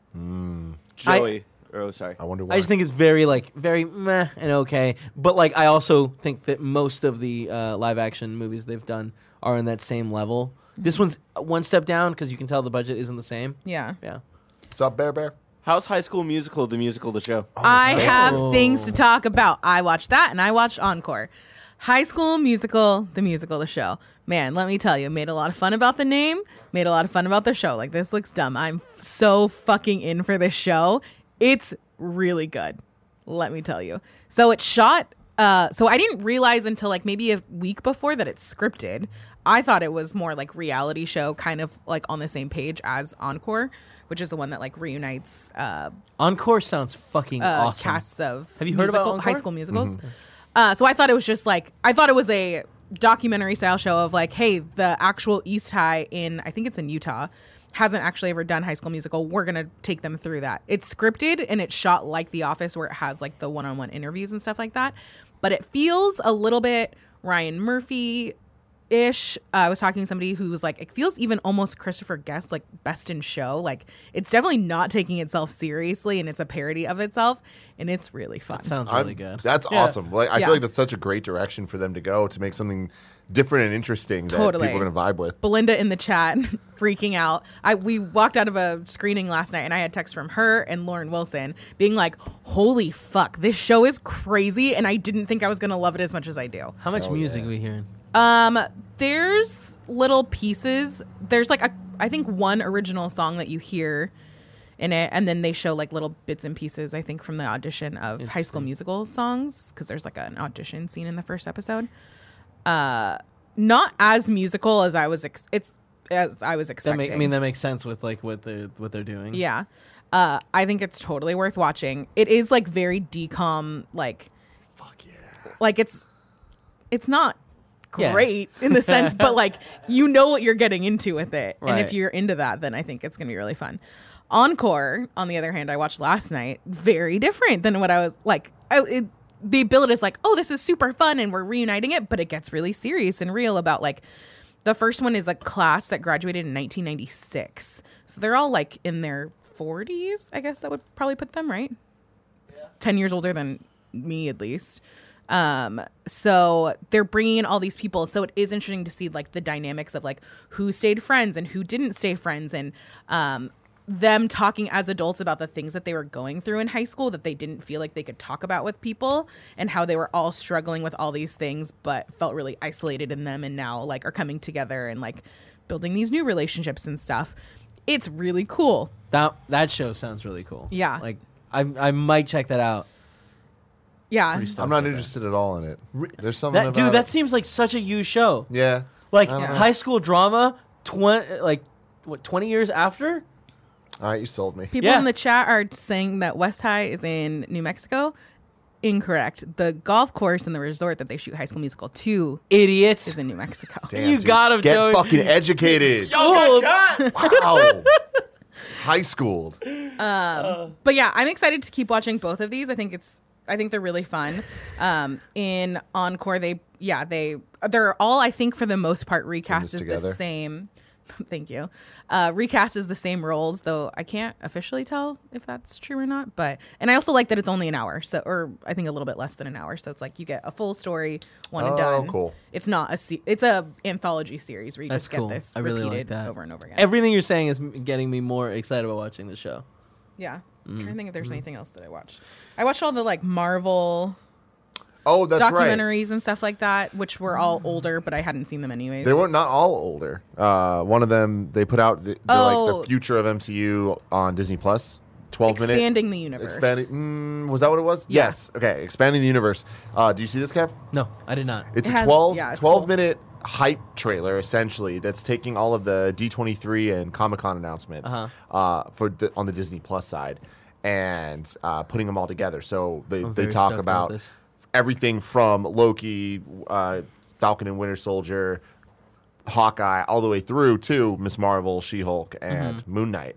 S1: I-
S4: Joey. oh, sorry.
S3: I wonder why.
S1: I just think it's very like very meh and okay, but like I also think that most of the uh, live action movies they've done are in that same level. This one's one step down because you can tell the budget isn't the same.
S2: Mm-hmm. Yeah.
S1: Yeah,
S3: What's up, Bear Bear?
S4: How's High School Musical the musical the show?
S2: I have
S1: Oh.
S2: things to talk about. I watched that and I watched Encore. High School Musical, the musical, the show. Man, let me tell you, made a lot of fun about the name, made a lot of fun about the show. Like, this looks dumb. I'm so fucking in for this show. It's really good. Let me tell you. So it's shot. Uh, so I didn't realize until like maybe a week before that it's scripted. I thought it was more like reality show, kind of like on the same page as Encore, which is the one that like reunites uh,
S1: Encore sounds fucking
S2: uh,
S1: awesome.
S2: casts of
S1: Have you heard about
S2: musical- high
S1: Encore?
S2: school musicals. Uh, so I thought it was just like I thought it was a documentary style show of like, hey, the actual East High in I think it's in Utah hasn't actually ever done High School Musical. We're gonna take them through that. It's scripted and it's shot like The Office, where it has like the one on one interviews and stuff like that. But it feels a little bit Ryan Murphy ish. Uh, I was talking to somebody who was like, it feels even almost Christopher Guest like best in show. Like it's definitely not taking itself seriously, and it's a parody of itself, and it's really fun.
S1: Sounds
S3: I'm-
S1: really good.
S3: That's
S1: Yeah.
S3: awesome. Like I
S2: Yeah.
S3: feel like that's such a great direction for them to go to make something different and interesting that
S2: Totally.
S3: people are going to vibe with.
S2: Belinda in the chat freaking out. I we walked out of a screening last night and I had text from her and Lauren Wilson being like, "Holy fuck, this show is crazy and I didn't think I was going to love it as much as I do."
S1: How much music are we hearing?
S2: Um there's little pieces. There's like a I think one original song that you hear in it and then they show like little bits and pieces I think from the audition of High School Musical songs cuz there's like an audition scene in the first episode. Uh not as musical as I was ex- it's as I was
S1: That
S2: expecting.
S1: make, I mean, that makes sense with like what they're what they're doing.
S2: Yeah. Uh, I think it's totally worth watching. It is like very decom, like,
S3: Fuck yeah.
S2: like it's, it's not
S1: Yeah.
S2: great in the sense, but like you know what you're getting into with it, and
S1: Right.
S2: if you're into that, then I think it's gonna be really fun. Encore, on the other hand, I watched last night, very different than what I was like. I, it, they bill it as like, oh, this is super fun, and we're reuniting it, but it gets really serious and real about like the first one is a class that graduated in 1996. So they're all like in their 40s, I guess that would probably put them, right? It's 10 years older than me, at least. Um, so they're bringing in all these people. So it is interesting to see like the dynamics of like who stayed friends and who didn't stay friends and, um, them talking as adults about the things that they were going through in high school that they didn't feel like they could talk about with people and how they were all struggling with all these things but felt really isolated in them and now like are coming together and like building these new relationships and stuff. It's really cool.
S1: That that show sounds really cool.
S2: Yeah.
S1: Like I I might check that out.
S2: Yeah.
S1: Pretty
S3: I'm not interested at all in it. There's something
S1: That
S3: about
S1: dude, that
S3: it.
S1: seems like such a you show.
S3: yeah.
S1: Like
S3: I don't
S2: know.
S1: high school drama, twen- like what twenty years after?
S3: All right, you sold me.
S2: People
S1: Yeah.
S2: in the chat are saying that West High is in New Mexico. Incorrect. The golf course and the resort that they shoot High School Musical 2
S1: Idiots.
S2: is in New Mexico.
S3: Damn,
S1: You
S3: dude.
S1: got him,
S3: Get
S1: Joey.
S3: fucking educated.
S1: Cool.
S3: wow. High schooled.
S2: But yeah, I'm excited to keep watching both of these. I think it's I think they're really fun. Um, in Encore, they yeah they they're all I think for the most part recast is
S3: this together.
S2: the same. Thank you. Uh, recast is the same roles, though I can't officially tell if that's true or not. But and I also like that it's only an hour, so or I think a little bit less than an hour. So it's like you get a full story, one
S3: Oh,
S2: and done.
S3: cool.
S2: It's not a se- it's a anthology series where you
S1: That's
S2: just get
S1: cool.
S2: this
S1: I really
S2: repeated
S1: like that.
S2: over and over again.
S1: Everything you're saying is m- getting me more excited about watching the show.
S2: Yeah. I'm
S3: Mm-hmm.
S2: trying to think if there's anything else that I watched. I watched all the like Marvel
S3: Oh, that's right. Mm-hmm.
S2: documentaries and stuff like that, which were all older, but I hadn't seen them anyways.
S3: They were not all older. Uh, one of them they put out the, the, like
S2: Oh.
S3: the future of MCU on Disney Plus, twelve minute
S2: expanding the universe.
S3: expanding. Mm, was that what it was?
S2: Yeah.
S3: Yes. Okay, expanding the universe. Uh, do you see this, Kev?
S1: No, I did not.
S3: It's
S2: It
S3: a
S2: has-
S3: 12,
S2: yeah, it's
S3: 12
S2: cool.
S3: minute hype trailer essentially that's taking all of the D23 and Comic Con announcements uh
S1: Uh-huh.
S3: for the, on the Disney Plus side and uh, putting them all together. So they, they
S1: very
S3: talk
S1: stoked about
S3: about
S1: this.
S3: everything from Loki, uh, Falcon and Winter Soldier, Hawkeye, all the way through to Miss Marvel, She Hulk, and
S1: Mm-hmm.
S3: Moon Knight.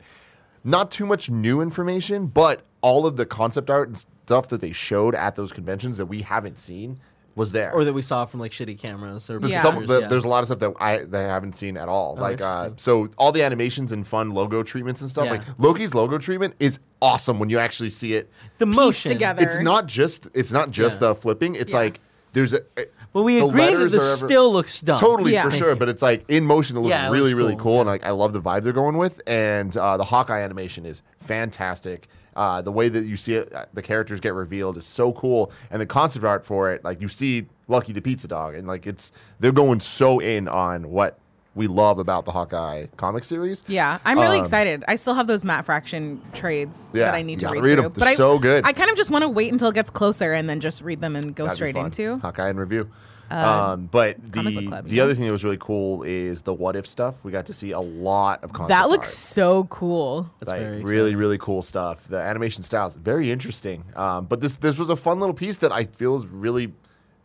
S3: Not too much new information, but all of the concept art and stuff that they showed at those conventions that we haven't seen was there.
S1: Or that we saw from like shitty cameras or
S3: But
S2: Yeah.
S3: some,
S1: pictures,
S3: the, there's a lot of stuff that I that I haven't seen at all. like uh,
S1: Oh, interesting.
S3: so, all the animations and fun logo treatments and stuff.
S1: Yeah.
S3: Like Loki's logo treatment is awesome when you actually see it.
S1: the motion
S2: together.
S3: It's not just it's not just
S1: Yeah.
S3: the flipping. It's
S2: Yeah.
S3: like there's a. it-
S1: Well, we
S3: the
S1: agree that
S3: letters
S1: the
S3: are ever-
S1: still looks dumb.
S3: Totally
S2: Yeah.
S3: for sure, but it's like in motion. It looks
S1: Yeah, it
S3: really
S1: looks
S3: really
S1: cool,
S3: cool, and like I love the vibe they're going with. And uh, the Hawkeye animation is fantastic. Uh, the way that you see it, uh, the characters get revealed is so cool, and the concept art for it, like you see Lucky the Pizza Dog, and like it's they're going so in on what we love about the Hawkeye comic series.
S2: Yeah, I'm really
S3: Um,
S2: excited. I still have those Matt Fraction trades
S3: Yeah,
S2: that I need
S3: you
S2: to
S3: gotta
S2: read,
S3: read 'em.
S2: through.
S3: They're so good.
S2: I kind of just want to wait until it gets closer and then just read them and go
S3: That'd be
S2: straight
S3: fun.
S2: into. Uh,
S3: Hawkeye in review. um, but
S2: comic book
S3: the
S2: club,
S3: the
S2: yeah.
S3: other thing that was really cool is the what if stuff. We got to see a lot of concept
S2: That looks
S3: art.
S2: so cool.
S1: That's
S3: like
S1: very
S3: really really cool stuff. The animation styles very interesting. Um, but this this was a fun little piece that I feel is really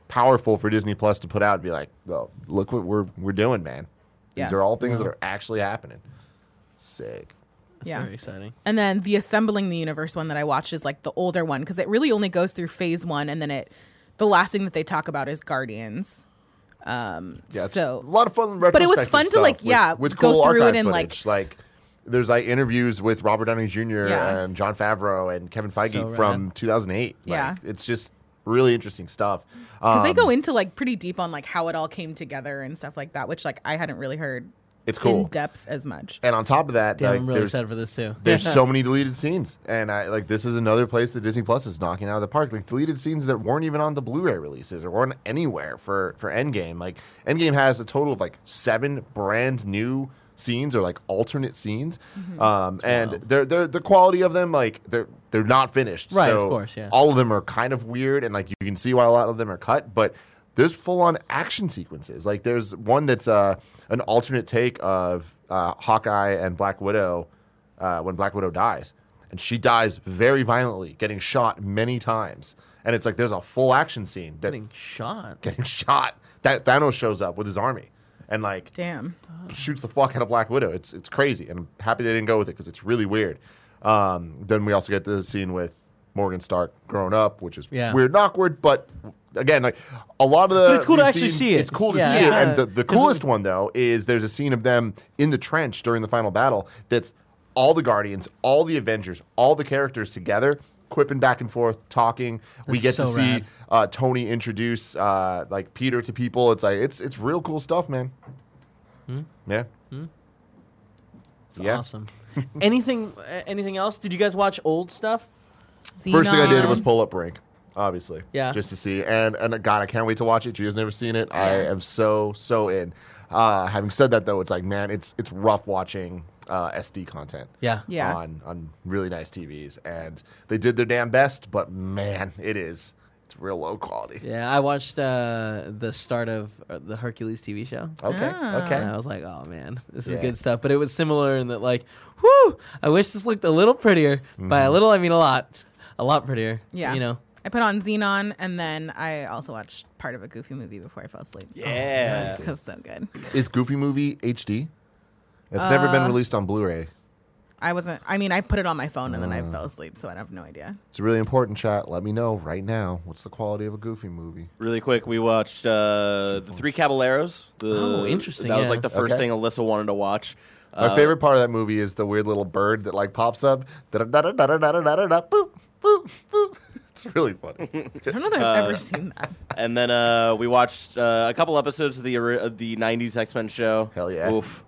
S3: powerful for Disney Plus to put out. And be like, well, look what we're we're doing, man. These
S2: Yeah.
S3: are all things that are actually happening. Sick.
S1: That's
S2: yeah.
S1: very exciting.
S2: And then the assembling the universe one that I watched is like the older one because it really only goes through phase one, and then it the last thing that they talk about is Guardians. Um,
S3: Yeah, it's
S2: so
S3: a lot of fun.
S2: it was
S3: retrospective
S2: fun to,
S3: stuff
S2: like,
S3: with-
S2: yeah,
S3: with
S2: go
S3: cool
S2: through it
S3: archive
S2: and, like-
S3: footage. like there's like interviews with Robert Downey Jr.
S2: Yeah.
S3: and John Favreau and Kevin Feige
S1: So
S3: from 2008. Like,
S2: Yeah.
S3: it's just really interesting stuff.
S2: because
S3: Um,
S2: they go into like pretty deep on like how it all came together and stuff like that, which like I hadn't really heard
S3: It's
S2: in
S3: cool.
S2: depth as much.
S3: And on top of that,
S1: Damn,
S3: like,
S1: I'm really
S3: there's
S1: excited for this too.
S3: there's so many deleted scenes, and I like this is another place that Disney Plus is knocking out of the park. Like deleted scenes that weren't even on the Blu-ray releases or weren't anywhere for for Endgame. Like Endgame has a total of like seven brand new scenes or like alternate scenes, um, and they're they're the quality of them like they're they're not finished.
S1: Right, of
S3: so
S1: course, yeah.
S3: All of them are kind of weird, and like you can see why a lot of them are cut, but. There's full-on action sequences. Like there's one that's uh, an alternate take of uh, Hawkeye and Black Widow uh, when Black Widow dies. And she dies very violently, getting shot many times. And it's like there's a full action scene that
S1: getting shot.
S3: getting shot. That Thanos shows up with his army and like
S2: Damn.
S3: shoots the fuck out of Black Widow. It's it's crazy, and I'm happy they didn't go with it because it's really weird. Um, then we also get the scene with Morgan Stark grown up, which is
S1: Yeah.
S3: weird and awkward, but again, like a lot of the
S1: But it's cool to
S3: these
S1: actually see it.
S3: It's cool to
S1: Yeah.
S3: see it,
S1: Yeah.
S3: and the, the
S1: 'Cause it-
S3: coolest one though is there's a scene of them in the trench during the final battle. That's all the Guardians, all the Avengers, all the characters together. Quipping back and forth, talking. we get
S1: That's so
S3: to see
S1: rad.
S3: uh, Tony introduce uh, like Peter to people. It's like it's it's real cool stuff, man.
S1: Hmm?
S3: Yeah.
S1: It's
S3: Yeah.
S1: awesome. anything uh, anything else? Did you guys watch old stuff?
S3: First thing I did
S2: Xenon.
S3: was pull up Brink, obviously.
S1: Yeah.
S3: Just to see. And and God, I can't wait to watch it. Gia's never seen it. I am so, so in. Uh, having said that though, it's like, man, it's it's rough watching uh, SD content.
S1: Yeah.
S2: Yeah.
S3: On on really nice TVs. And they did their damn best, but man, it is. It's real low quality.
S1: Yeah, I watched uh, the start of uh, the Hercules TV show.
S3: Okay.
S2: Ah.
S3: Okay.
S1: And I was like, oh man, this is
S3: Yeah.
S1: good stuff. But it was similar in that, like, whew, I wish this looked a little prettier. By a little, I mean a lot. A lot prettier.
S2: Yeah.
S1: You know?
S2: I put on Xenon and then I also watched part of a goofy movie before I fell asleep.
S4: Yeah.
S2: Because so good.
S3: Is Goofy Movie HD? It's never
S1: Uh,
S3: been released on Blu-ray.
S2: I wasn't, I mean, I put it on my phone and then
S3: Uh.
S2: I fell asleep, so I have no idea.
S3: It's really important, chat. Let me know right now what's the quality of a Goofy movie.
S4: Really quick, we watched uh, the Three Caballeros. The,
S1: Oh, interesting,
S4: That was
S1: yeah.
S4: like the first
S3: Okay.
S4: thing Alyssa wanted to watch.
S3: My
S4: Uh,
S3: favorite part of that movie is the weird little bird that like pops up. Da-da-da-da-da-da-da-da-da, Boop, boop, boop. It's really funny.
S2: I don't know that
S3: uh,
S2: I've ever seen that.
S4: And then uh, we watched uh, a couple episodes of the ori- of the '90s X Men show.
S3: Hell yeah.
S4: Oof.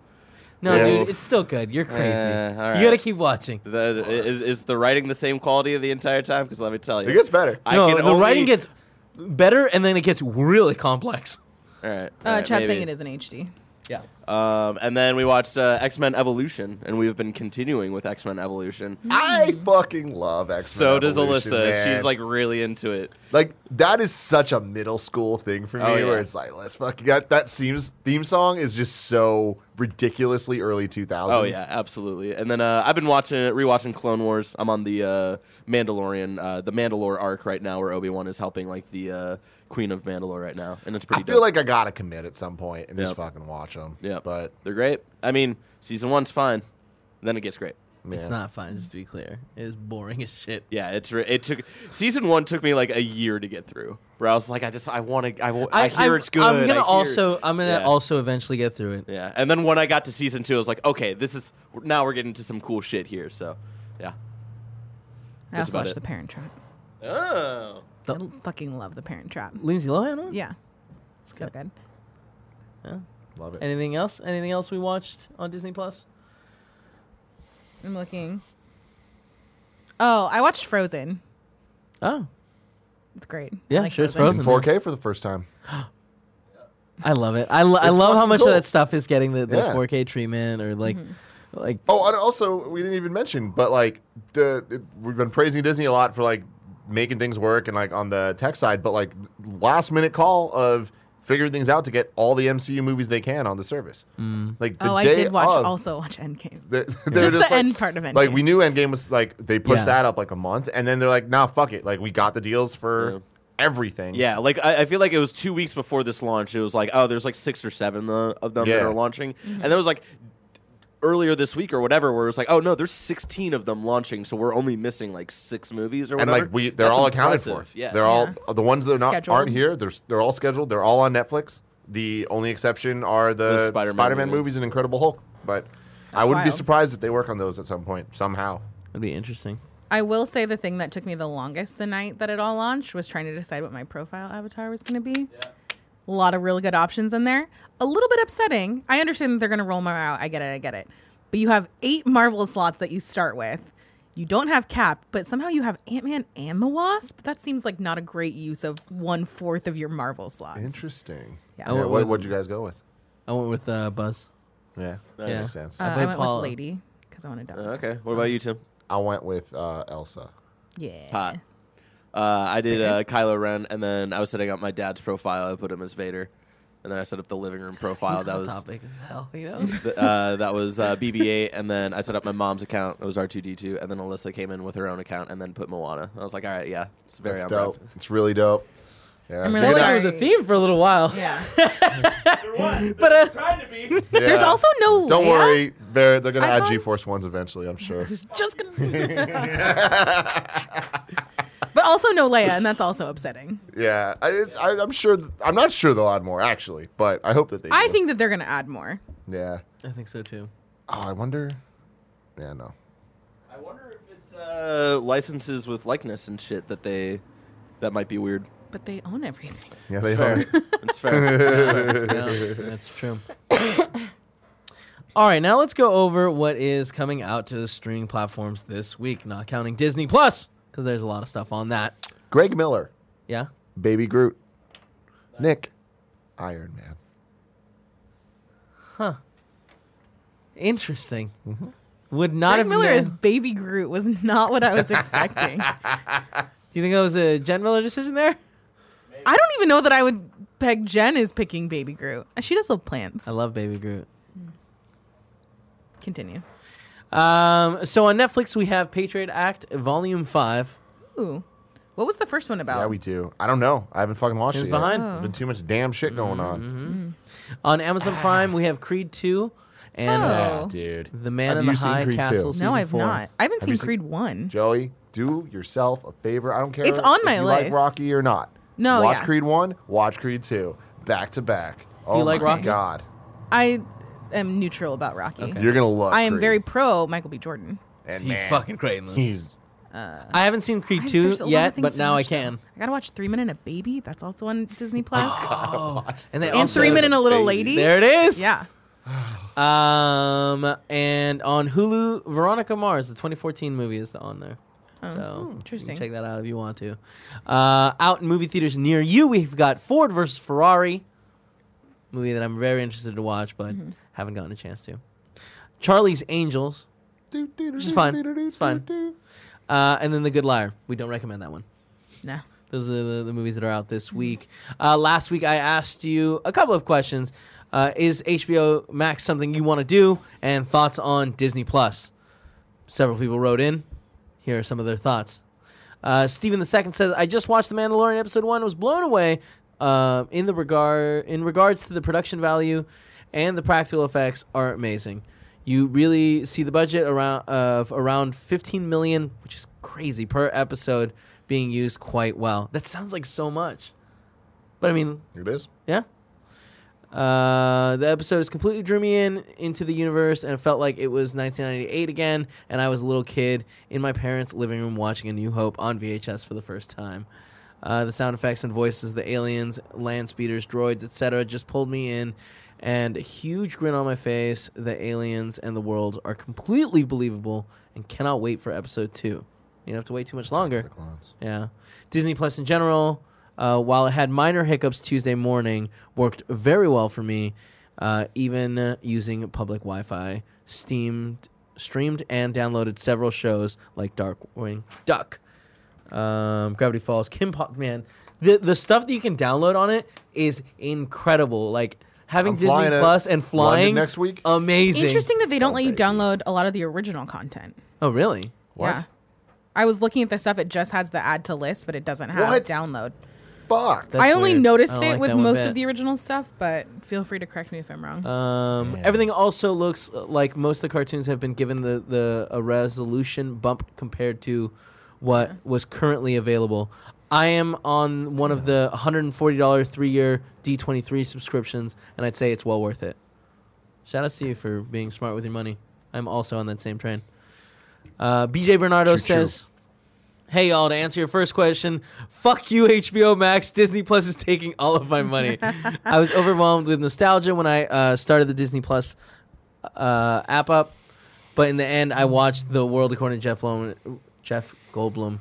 S1: No,
S3: Yeah.
S1: dude, it's still good. You're crazy.
S4: Eh, all
S1: You got to
S4: right.
S1: keep watching.
S4: The, i- i- is the writing the same quality the entire time? Because let me tell you,
S3: It gets better.
S4: I
S1: no,
S4: can
S1: the
S4: only-
S1: writing gets better and then it gets really complex.
S4: All right,
S2: Uh,
S4: all right,
S2: Chad's
S4: maybe.
S2: saying it is an HD.
S1: Yeah.
S4: Um, and then we watched uh, X Men Evolution, and we've been continuing with X Men Evolution.
S3: I fucking love X.
S4: So does Alyssa. She's like really into it.
S3: like that is such a middle school thing for me,
S4: Oh, yeah.
S3: where it's like, let's fucking that. That seems theme song is just so ridiculously early two thousands.
S4: Oh yeah, absolutely. And then uh, I've been watching rewatching Clone Wars. I'm on the uh, Mandalorian, uh, the Mandalore arc right now, where Obi Wan is helping like the uh, Queen of Mandalore right now, and it's
S3: I
S4: pretty.
S3: feel
S4: dope.
S3: like I gotta commit at some point and just
S4: Yep.
S3: fucking watch them.
S4: yeah,
S3: but
S4: they're great. I mean, season one's fine, then it gets great.
S3: yeah.
S1: It's not fun, just to be clear. It is boring as shit.
S4: Yeah, it's re- it took season one took me like a year to get through. Where I was like, I just I want to I, wa- I hear
S1: I'm-
S4: it's good.
S1: I'm
S4: I
S1: gonna
S4: hear-
S1: also I'm gonna
S4: Yeah.
S1: also eventually get through it.
S4: yeah. And then when I got to season two, I was like, okay, this is now we're getting to some cool shit here. So, yeah.
S2: I
S4: That's
S2: also
S4: about
S2: watched
S4: it.
S2: The Parent Trap.
S4: Oh.
S2: I l- fucking love The Parent Trap.
S1: Lindsay Lohan. one?
S2: Yeah. So good.
S3: love it.
S1: Anything else? Anything else we watched on Disney Plus?
S2: I'm looking. Oh, I watched Frozen.
S1: Oh,
S2: It's great. I
S1: Yeah, sure, it's Frozen.
S3: In 4K for the first time.
S1: I love it. I, lo- I
S3: It's
S1: love how
S3: fucking
S1: much
S3: cool.
S1: of that stuff is getting the, the
S3: Yeah.
S1: 4K treatment or like, like
S3: Oh, and also we didn't even mention, but like the it, we've been praising Disney a lot for like making things work and like on the tech side, but like last minute call of figuring things out to get all the MCU movies they can on the service. Like the
S2: Oh, I
S3: day
S2: did watch
S3: of,
S2: also watch Endgame.
S3: They're, they're
S2: Just the
S3: like-
S2: end part of Endgame.
S3: Like we knew Endgame was like they pushed
S1: Yeah.
S3: that up like a month, and then they're like, "Nah, fuck it." Like we got the deals for everything.
S4: Yeah, like I, I feel like it was two weeks before this launch. It was like, oh, there's like six or seven the, of them that
S3: Yeah.
S4: are launching,
S1: Mm-hmm.
S4: and there was like earlier this week or whatever, where it was like, oh no, there's 16 of them launching, so we're only missing like six movies or
S3: and
S4: whatever.
S3: like we they're
S4: That's
S3: all accounted for.
S4: impressive. Yeah,
S3: They're all the ones that are not
S2: Scheduled.
S3: aren't here. They're s- they're all scheduled. They're all on Netflix. The only exception are the,
S4: The
S3: Spider-Man,
S4: Spider-Man
S3: movies.
S4: movies
S3: and Incredible Hulk, but I wouldn't be
S2: wild.
S3: surprised if they work on those at some point somehow.
S1: That'd be interesting.
S2: I will say the thing that took me the longest the night that it all launched was trying to decide what my profile avatar was going to be. A lot of really good options in there. A little bit upsetting. I understand that they're going to roll more out. I get it. I get it. But you have eight Marvel slots that you start with. You don't have Cap, but somehow you have Ant Man and the Wasp. That seems like not a great use of one fourth of your Marvel slots.
S3: Interesting.
S2: Yeah.
S3: Yeah,
S1: I went
S3: what
S1: with-
S3: would you guys go with?
S1: I went with uh, Buzz.
S3: Yeah, that
S4: Yeah.
S3: makes sense.
S2: Uh,
S1: I
S2: I,
S1: played
S2: went
S1: Paula.
S2: with Lady because I want a dog.
S4: Uh, okay. What about you, Tim?
S3: I went with uh, Elsa.
S2: yeah.
S4: Hot. Uh, I did uh, Kylo Ren, and then I was setting up my dad's profile. I put him as Vader, and then I set up the living room profile.
S1: He's
S4: that
S1: on
S4: was
S1: topic as hell, you know.
S4: th- uh, that was uh, BB-8, and then I set up my mom's account. It was R2D2, and then Alyssa came in with her own account, and then put Moana. I was like, all right, yeah, it's very
S3: That's
S4: on
S3: dope.
S4: brand.
S3: It's really dope. Yeah.
S2: I'm really
S1: Well,
S3: Maybe
S1: there
S2: sorry.
S1: was a theme for a little while.
S2: Yeah.
S1: But uh,
S3: that-
S2: There's
S3: yeah.
S2: also no.
S3: Don't
S2: Leia,
S3: worry, they're they're gonna add
S2: Icon?
S3: GeForce ones eventually. I'm sure.
S2: Who's just gonna. but also no Leia, and that's also upsetting.
S3: Yeah, I, it's, I, I'm sure. th- I'm not sure they'll add more actually, but I hope that they.
S2: I
S3: do.
S2: think that they're gonna add more.
S3: Yeah.
S1: I think so too.
S3: Oh, I wonder. Yeah, no.
S4: I wonder if it's uh, licenses with likeness and shit that they that might be weird.
S2: But they own everything.
S3: Yeah, they
S4: Fair.
S3: are.
S4: it's fair.
S1: Yeah, that's true. All right, now let's go over what is coming out to the streaming platforms this week, not counting Disney Plus, because there's a lot of stuff on that.
S3: Greg Miller,
S1: Yeah.
S3: Baby Groot, Nick, Iron Man.
S1: Interesting.
S3: Mm-hmm.
S1: Would not have
S2: Frank Miller
S1: known-
S2: as Baby Groot was not what I was expecting.
S1: Do you think that was a Jen Miller decision there?
S2: I don't even know that I would peg Jen as picking Baby Groot. Uh, She does love plants.
S1: I love Baby Groot.
S2: Continue.
S1: Um, so on Netflix we have Patriot Act Volume Five.
S2: Ooh, what was the first one about?
S3: Yeah, we do. I don't know. I haven't fucking watched
S1: Tim's
S3: it.
S1: behind.
S3: Yet. There's been too much damn shit going on.
S1: On Amazon
S3: Ah.
S1: Prime we have Creed Two, and uh,
S2: Oh.
S3: dude.
S1: The Man
S3: Have
S1: in the
S3: you seen
S1: High
S3: Creed
S1: Castle.
S3: 2?
S1: Season
S2: no, I've
S1: four.
S2: not. I haven't
S3: Have you
S2: seen
S3: seen-
S2: Creed one.
S3: Joey, do yourself a favor. I don't care.
S2: It's on
S3: if
S2: my
S3: you Like
S2: list.
S3: Rocky or not?
S2: No,
S3: Watch
S2: yeah.
S3: Creed one. Watch Creed two. Back to back. Oh
S1: you like
S3: my
S1: Rocky?
S3: God,
S2: I am neutral about Rocky.
S3: you're gonna love.
S2: I am
S3: Creed.
S2: very pro Michael B. Jordan.
S3: And
S1: He's
S3: man,
S1: fucking great. in this.
S3: He's
S1: I haven't seen Creed
S2: I-
S1: Two
S2: there's a lot of
S1: yet,
S2: things
S1: but
S2: to
S1: now I
S2: watch, though.
S1: can.
S2: I gotta watch Three Men and a Baby. That's also on Disney Plus.
S1: Oh, and, they
S2: and
S1: also-
S2: Three Men and a Little Lady.
S1: There it is.
S2: Yeah.
S1: Um, and on Hulu, Veronica Mars, the 2014 movie, is on there. so you can
S2: Oh, hmm, interesting.
S1: check that out if you want to. Uh, out in movie theaters near you, we've got Ford versus Ferrari, movie that I'm very interested to watch, but
S2: Mm-hmm.
S1: haven't gotten a chance to. Charlie's Angels,
S3: It's
S1: fine. It's fine. uh, and then The Good Liar. We don't recommend that one.
S2: No.
S1: Those are the, the movies that are out this week. Uh, last week, I asked you a couple of questions. Uh, is HBO Max something you want to do? And thoughts on Disney Plus? Several people wrote in. Here are some of their thoughts. Uh, Stephen II says, "I just watched The Mandalorian episode one. Was blown away uh, in the regard in regards to the production value, and the practical effects are amazing. You really see the budget around of around 15 million, which is crazy per episode, being used quite well. That sounds like so much, but I mean,
S3: It is.
S1: yeah. Uh, the episodes completely drew me in into the universe, and it felt like it was 1998 again. And I was a little kid in my parents' living room watching A New Hope on VHS for the first time. Uh, the sound effects and voices, the aliens, land speeders, droids, etc., just pulled me in, and a huge grin on my face. The aliens and the world are completely believable, and cannot wait for episode two. You don't have to wait too much longer.
S3: The clones.
S1: Yeah. Disney Plus in general, uh, while it had minor hiccups Tuesday morning, worked very well for me, uh, even uh, using public Wi Fi. Steamed, streamed, and downloaded several shows like Darkwing Duck, um, Gravity Falls, Kim Pop. Man, the, the stuff that you can download on it is incredible. Like, Having
S3: I'm
S1: Disney
S3: flying to
S1: Plus and
S3: London
S1: flying
S3: next week.
S1: amazing.
S2: Interesting that they don't
S3: go,
S2: let you
S3: baby.
S2: download a lot of the original content.
S1: Oh, really?
S3: What?
S2: Yeah. I was looking at the stuff; it just has the add to list, but it doesn't have
S3: What?
S2: download.
S3: Fuck.
S1: That's
S2: I only
S1: weird. I
S2: noticed
S1: don't
S2: it
S1: like
S2: with
S1: that one
S2: most
S1: bit.
S2: of the original stuff, but feel free to correct me if I'm wrong.
S1: Um, Everything also looks uh, like most of the cartoons have been given the, the a resolution bump compared to what was currently available. I am on one of the $140 three year D23 subscriptions, and I'd say it's well worth it. Shout out to you for being smart with your money. I'm also on that same train. Uh, BJ Bernardo
S3: Choo-choo.
S1: says, Hey, y'all, to answer your first question, fuck you, HBO Max. Disney Plus is taking all of my money. I was overwhelmed with nostalgia when I uh, started the Disney Plus uh, app up, but in the end, I watched The World According to Jeff, Blum, Jeff Goldblum.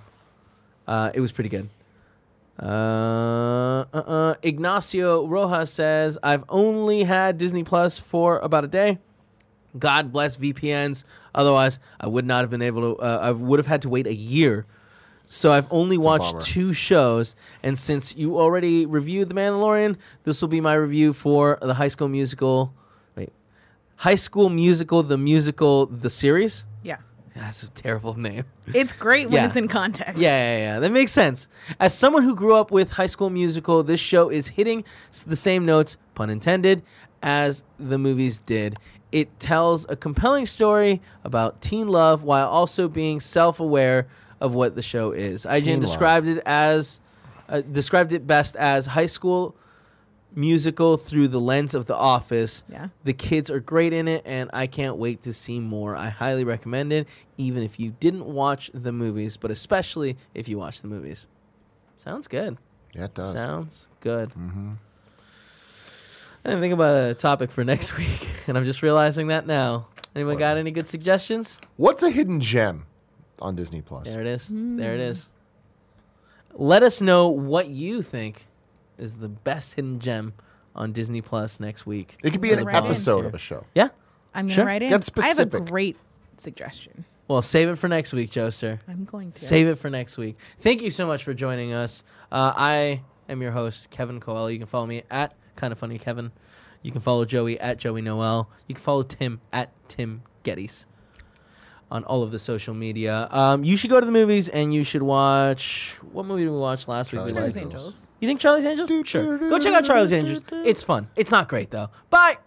S1: Uh, it was pretty good. Uh, uh, uh, Ignacio Rojas says, I've only had Disney Plus for about a day. God bless VPNs. Otherwise, I would not have been able to, uh, I would have had to wait a year. So I've only
S3: a
S1: watched
S3: bummer.
S1: two shows. And since you already reviewed The Mandalorian, this will be my review for the High School Musical. Wait. High School Musical, the musical, the series?
S2: Yeah.
S1: That's a terrible name.
S2: It's great when
S1: Yeah.
S2: it's in context.
S1: Yeah, yeah, yeah. That makes sense. As someone who grew up with High School Musical, this show is hitting s- the same notes, pun intended, as the movies did. It tells a compelling story about teen love while also being self-aware of what the show is. IGN
S3: love.
S1: described it as uh, described it best as high school musical through the lens of The Office.
S2: Yeah.
S1: The kids are great in it, and I can't wait to see more. I highly recommend it, even if you didn't watch the movies, but especially if you watch the movies. Sounds good.
S3: Yeah, it does.
S1: Sounds good. Mm-hmm. I didn't think about a topic for next week, and I'm just realizing that now. Anyone got any good suggestions?
S3: What's a hidden gem on Disney Plus?
S1: There it is. There it is. Let us know what you think is the best hidden gem on Disney Plus next week.
S3: It could be
S1: Or
S3: an
S1: the
S2: Right in.
S3: episode of a show.
S1: Yeah.
S2: I'm gonna
S1: Sure.
S2: write in.
S3: Get
S2: I have a
S3: specific.
S2: great suggestion.
S1: Well, save it for next week, Joester.
S2: I'm going to.
S1: Save it for next week. Thank you so much for joining us. Uh, I am your host, Kevin Coelho. You can follow me at Kind of Funny Kevin. You can follow Joey at Joey Noel. You can follow Tim at Tim Geddes on all of the social media. Um, you should go to the movies and you should watch. What movie did we watch last week? We liked?
S2: Charlie's
S3: Charlie's Like those.
S2: Angels.
S1: You think Charlie's Angels? Sure. Go check out Charlie's Angels. It's fun. It's not great though. Bye.